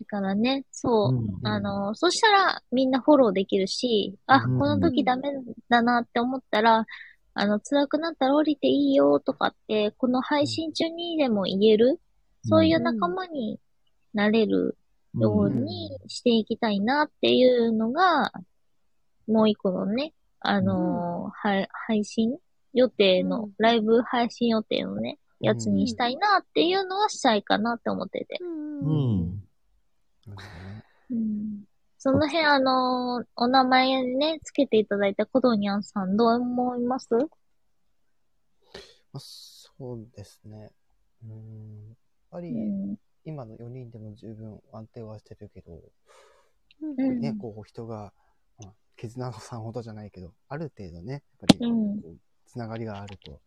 S4: だからね、そうう、
S2: ん
S4: あの、そしたらみんなフォローできるし、あ、
S2: うん
S4: この時ダメだなって思ったら、あの、辛くなったら降りていいよとかって、この配信中にでも言える、そういう仲間になれるようにしていきたいなっていうのが、もう一個のね、あのー、はい配信予定
S3: う
S4: の
S3: ん、
S4: ライブ配信予定のね、やつにしたいなっていうのはしたいかなって思ってて。
S2: う
S3: うん
S2: ん。
S1: なるほどね
S4: うんその辺、あのーお名前ね、つけていただいたコドニャンさん、どう思います
S1: まあそうですね。うんやっぱ
S4: う
S1: り
S4: ん。
S1: 今の4人でも十分安定はしてるけど、
S4: うん
S1: ね、こう人が、まあ、絆のさんほどじゃないけど、ある程度ね、やっぱり
S4: うん
S1: こうつながりがあると、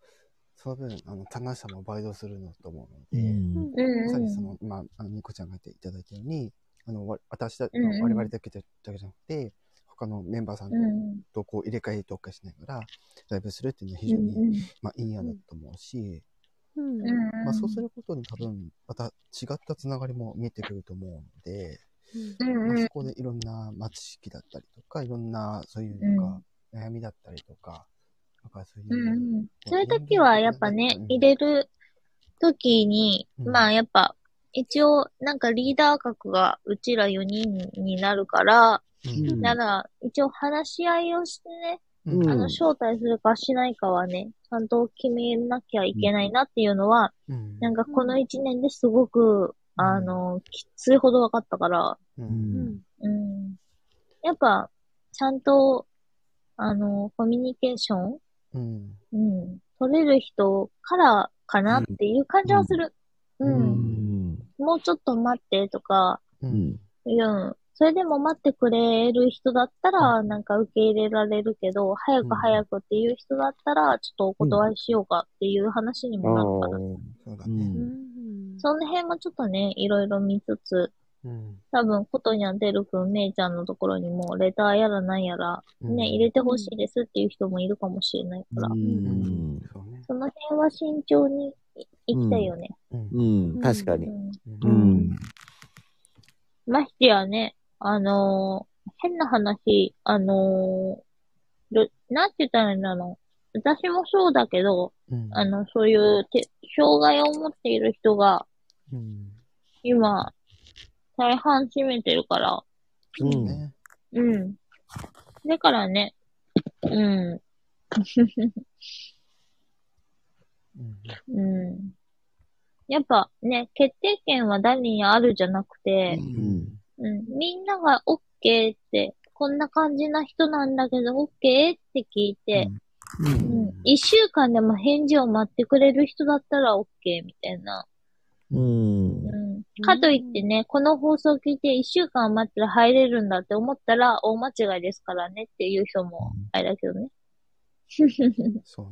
S1: その分、あの、棚下も倍増するのと思う
S2: う
S1: ので、
S2: ん。
S4: うん。
S1: さら
S4: う
S1: に
S4: ん
S1: その、まあ、あの、ニコちゃんが言っていただいたように、あの、わ私だ、
S4: うんうん
S1: 我々だけでだけじゃなくて、他のメンバーさん
S4: うん。
S1: とこう入れ替えとかしながら、ライブするっていうのは非
S4: う
S1: 常に、
S4: ん。
S1: まあ、いい案だと思うし、
S3: うん。うん
S4: うん。
S1: まあ、そうすることに多分、また違ったつながりも見えてくると思うので、
S4: うん
S1: まあ
S4: うん
S1: そこでいろんな、まあ、知識だったりとか、いろんな、そういうなんか、悩みだったりとか、なんかそういうう、
S4: んうん。そういう時はやっぱね、入れる時に、
S1: うん
S4: まあやっぱ、一応なんかリーダー格がうちら4人になるから、
S1: うん
S4: なら一応話し合いをしてね、
S1: うん
S4: あ
S2: う
S4: の
S2: ん
S4: 招待するかしないかはね、ちゃんと決めなきゃいけないなっていうのは、
S1: うん
S4: なんかこの1年ですごく、あの、きついほど分かったから、
S1: う
S2: うん
S1: ん
S4: うん。やっぱ、ちゃんと、あの、コミュニケーション
S1: うん
S4: うん。取れる人からかなっていう感じはする。う
S1: うん
S4: ん。もうちょっと待ってとか、
S1: う
S2: うんん。
S4: うん。それでも待ってくれる人だったら、なんか受け入れられるけど、早く早くっていう人だったら、ちょっとお断りしようかっていう話に
S2: あ
S4: もなるから。
S2: ー
S1: そうだね。
S3: うん。
S4: その辺もちょっとね、いろいろ見つつ、
S1: うん
S4: 多分、ことにゃん、てるくん、めいちゃんのところにも、レターやらなんやら、ね、入れてほしいですっていう人もいるかもしれないから、
S2: うん。
S1: そうね。
S4: その辺は慎重にい行きたいよね。
S1: うん
S2: うん。確かに
S4: う。ん
S1: うん
S2: うん。
S4: ましてやね、あのー変な話、あのーどなんて言ったらいいんだろう。私もそうだけど、
S1: うん
S4: あの、そういうて、障害を持っている人が、
S1: うん
S4: 今、大半占めてるから、
S1: そうね。
S4: うん。だからね、うん、
S1: うん
S4: うん。やっぱね、決定権は誰にあるじゃなくて、
S2: うん。
S4: うん、みんなが OK って、こんな感じな人なんだけど OK って聞いて、
S2: うん
S4: うん一週間でも返事を待ってくれる人だったら OK みたいな。
S2: うん。
S4: うん、かといってね、この放送聞いて一週間待ったら入れるんだって思ったら大間違いですからねっていう人もあれだけどね。
S1: そうね。
S4: そ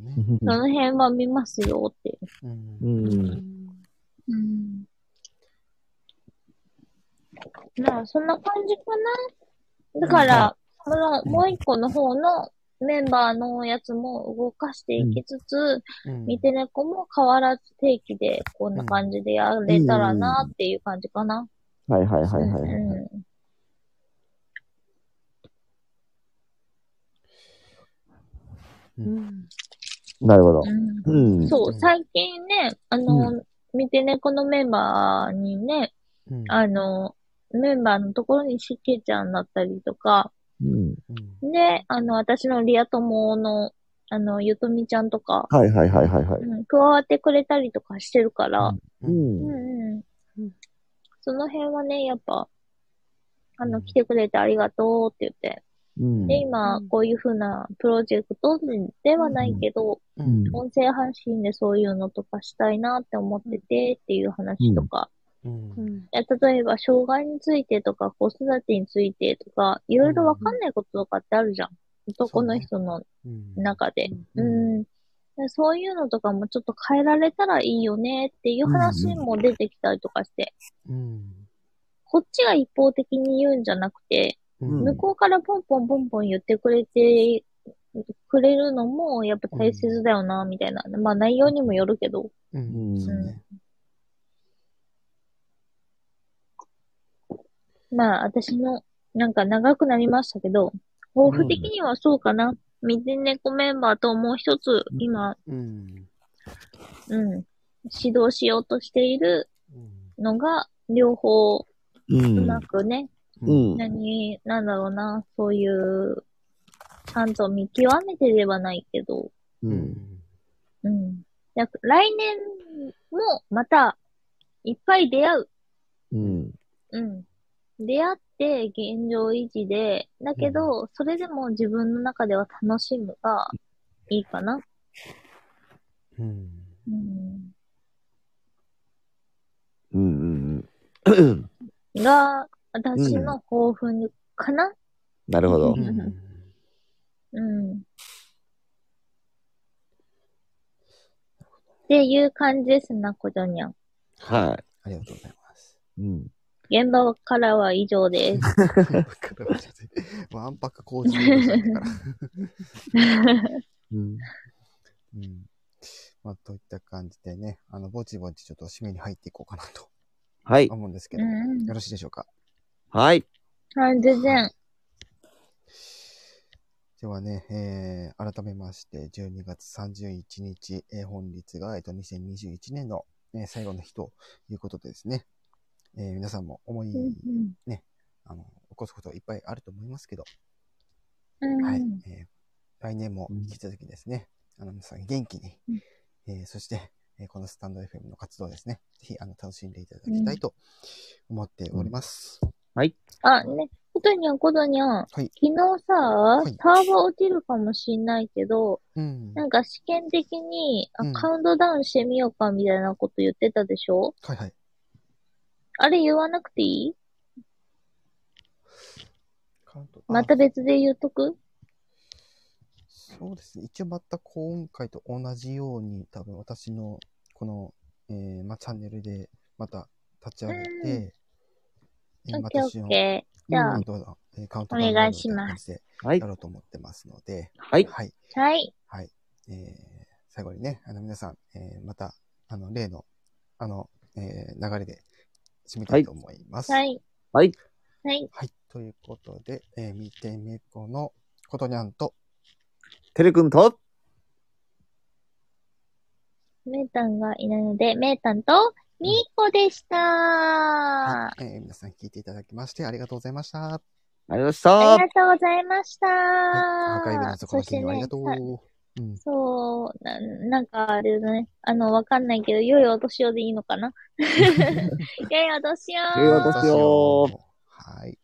S4: の辺は見ますよっていう。
S1: うん
S2: うん。
S4: うん、まあ、そんな感じかな。だから、このもう一個の方のメンバーのやつも動かしていきつつ、
S1: うん
S4: 見て猫も変わらず定期でこんな感じでやれたらなっていう感じかな。
S2: はいはいは
S4: う
S2: い
S4: ん
S2: はい。
S4: う
S3: うん。
S2: なるほど。
S4: ん
S2: うん。
S4: そうう、
S1: ん
S4: 最近ね、あの、
S2: う
S4: 見て猫のメンバーにね、
S1: うん
S4: あの、メンバーのところにしけちゃんだったりとか、
S2: うん。
S1: うん
S4: で、あの、私のリア友の、あの、ゆとみちゃんとか、
S2: はいはいはいはいはい。
S4: うん、加わってくれたりとかしてるから、
S2: う。
S4: うんんう
S3: うんん。
S4: その辺はね、やっぱ、あ
S1: う
S4: の、
S1: ん
S4: 来てくれてありがとうって言って、
S2: うん。
S4: で、今
S3: う、ん
S4: こういうふうなプロジェクトではないけど、
S1: うん
S4: 音声配信でそういうのとかしたいなって思っててっていう話とか、
S1: うん
S3: う
S1: うん
S3: ん。
S4: いや例えば障害についてとか、子育てについてとか、いろいろわかんないこととかってあるじゃん。男の人の中で。
S1: う
S4: うんん。でそういうのとかもちょっと変えられたらいいよねっていう話も出てきたりとかして、
S1: うん
S4: こっちが一方的に言うんじゃなくて、
S1: うん
S4: 向こうからポンポンポンポン言ってくれて、くれるのもやっぱ大切だよな、みたいな。まあ内容にもよるけど。
S1: うんそうね
S4: まあ私の、なんか長くなりましたけど、抱負的にはそうかな。水猫メンバーともう一つ今、
S1: うん
S4: うん、指導しようとしている
S1: うん
S4: のが、両方う
S2: うん。
S4: まくね、
S2: うん。
S4: 何、なんだろうな、そういう、ちゃんと見極めてではないけど、
S2: う。
S1: うんん
S4: うん。だ来年もまたいっぱい出会う。
S2: うん。
S4: うん。出会って現状維持で、だけど、それでも自分の中では楽しむがいいかな。
S1: うん
S4: うん。
S2: うん。うん。
S4: が、私の抱負にかな、
S2: なるほど
S1: う。ん
S4: うん、っていう感じですな、こじょにゃん。
S2: は
S1: ありがとうございます。
S2: い。うん。
S4: 現場からは以上です。
S1: ワンパク工事の話だったから。
S2: うん。
S1: うん。まあ、といった感じでね、あの、ぼちぼちちょっと締めに入っていこうかなと
S2: はい。
S1: 思うんですけ
S4: う
S1: ど、よ
S4: ん。
S1: ろしいでしょうか。
S2: はい。
S4: はい、全然。
S1: ではね、えー、改めまして、12月31日、えー本日が、えっと、2021年の、えー最後の日ということでですね、えー皆さんも思い、
S4: うん
S1: あの、起こすこといっぱいあると思いますけど、
S4: うん。
S1: はい
S4: うん。
S1: えー来年も引き続きですね、あの皆さん元気に、
S4: うん
S1: えーそして、えーこのスタンド FM の活動ですね、ぜひあの楽しんでいただきたいと思っております。
S4: あ、ね、ことにゃん、ことにゃん。
S1: い
S4: 昨日さ、
S1: い
S4: ターボ落ちるかもしんないけど、
S1: うん。
S4: なんか試験的に、あ
S1: うん
S4: カウントダウンしてみようかみたいなこと言ってたでしょ
S1: はいはい。
S4: あれ言わなくていい
S1: カウント
S4: また別で言うとく
S1: そうですね。一応また今回と同じように、多分私のこの、えーまあ、チャンネルでまた立ち上げて、え
S4: オ
S1: ー
S4: ッ
S1: ま
S4: ケ
S1: た
S4: ーオッケー。じゃあ
S1: うん、どうぞえーカウント。
S4: お願いします
S2: はい
S1: や。ろうと思ってますので、
S2: はい。
S1: はい。
S4: はい。
S1: はい。えー最後にね、あの皆さん、えーまた、あの、例の、あの、えー流れで締めたいと思います。。
S4: はいい。
S2: はい。
S4: はい。
S1: はい。ということで、えー、見てみこのことにゃんと、
S2: てるくんと、
S4: メータンがいないので、メータンとミーコでした
S1: は
S4: あ
S1: いえー皆さん聞いていただきましてありがとうございました。
S2: ありがとうございました
S4: りがと。うございました
S1: はい、アーカイブの底
S4: そ
S1: の
S4: して
S1: 金曜あり
S4: ね
S1: が、とう。
S4: さ
S1: うん、
S4: そう、ななんかあれだね。あの、わかんないけど、良いお 年をでいいのかな良いお年を
S2: 良いお年を
S1: 私をはい。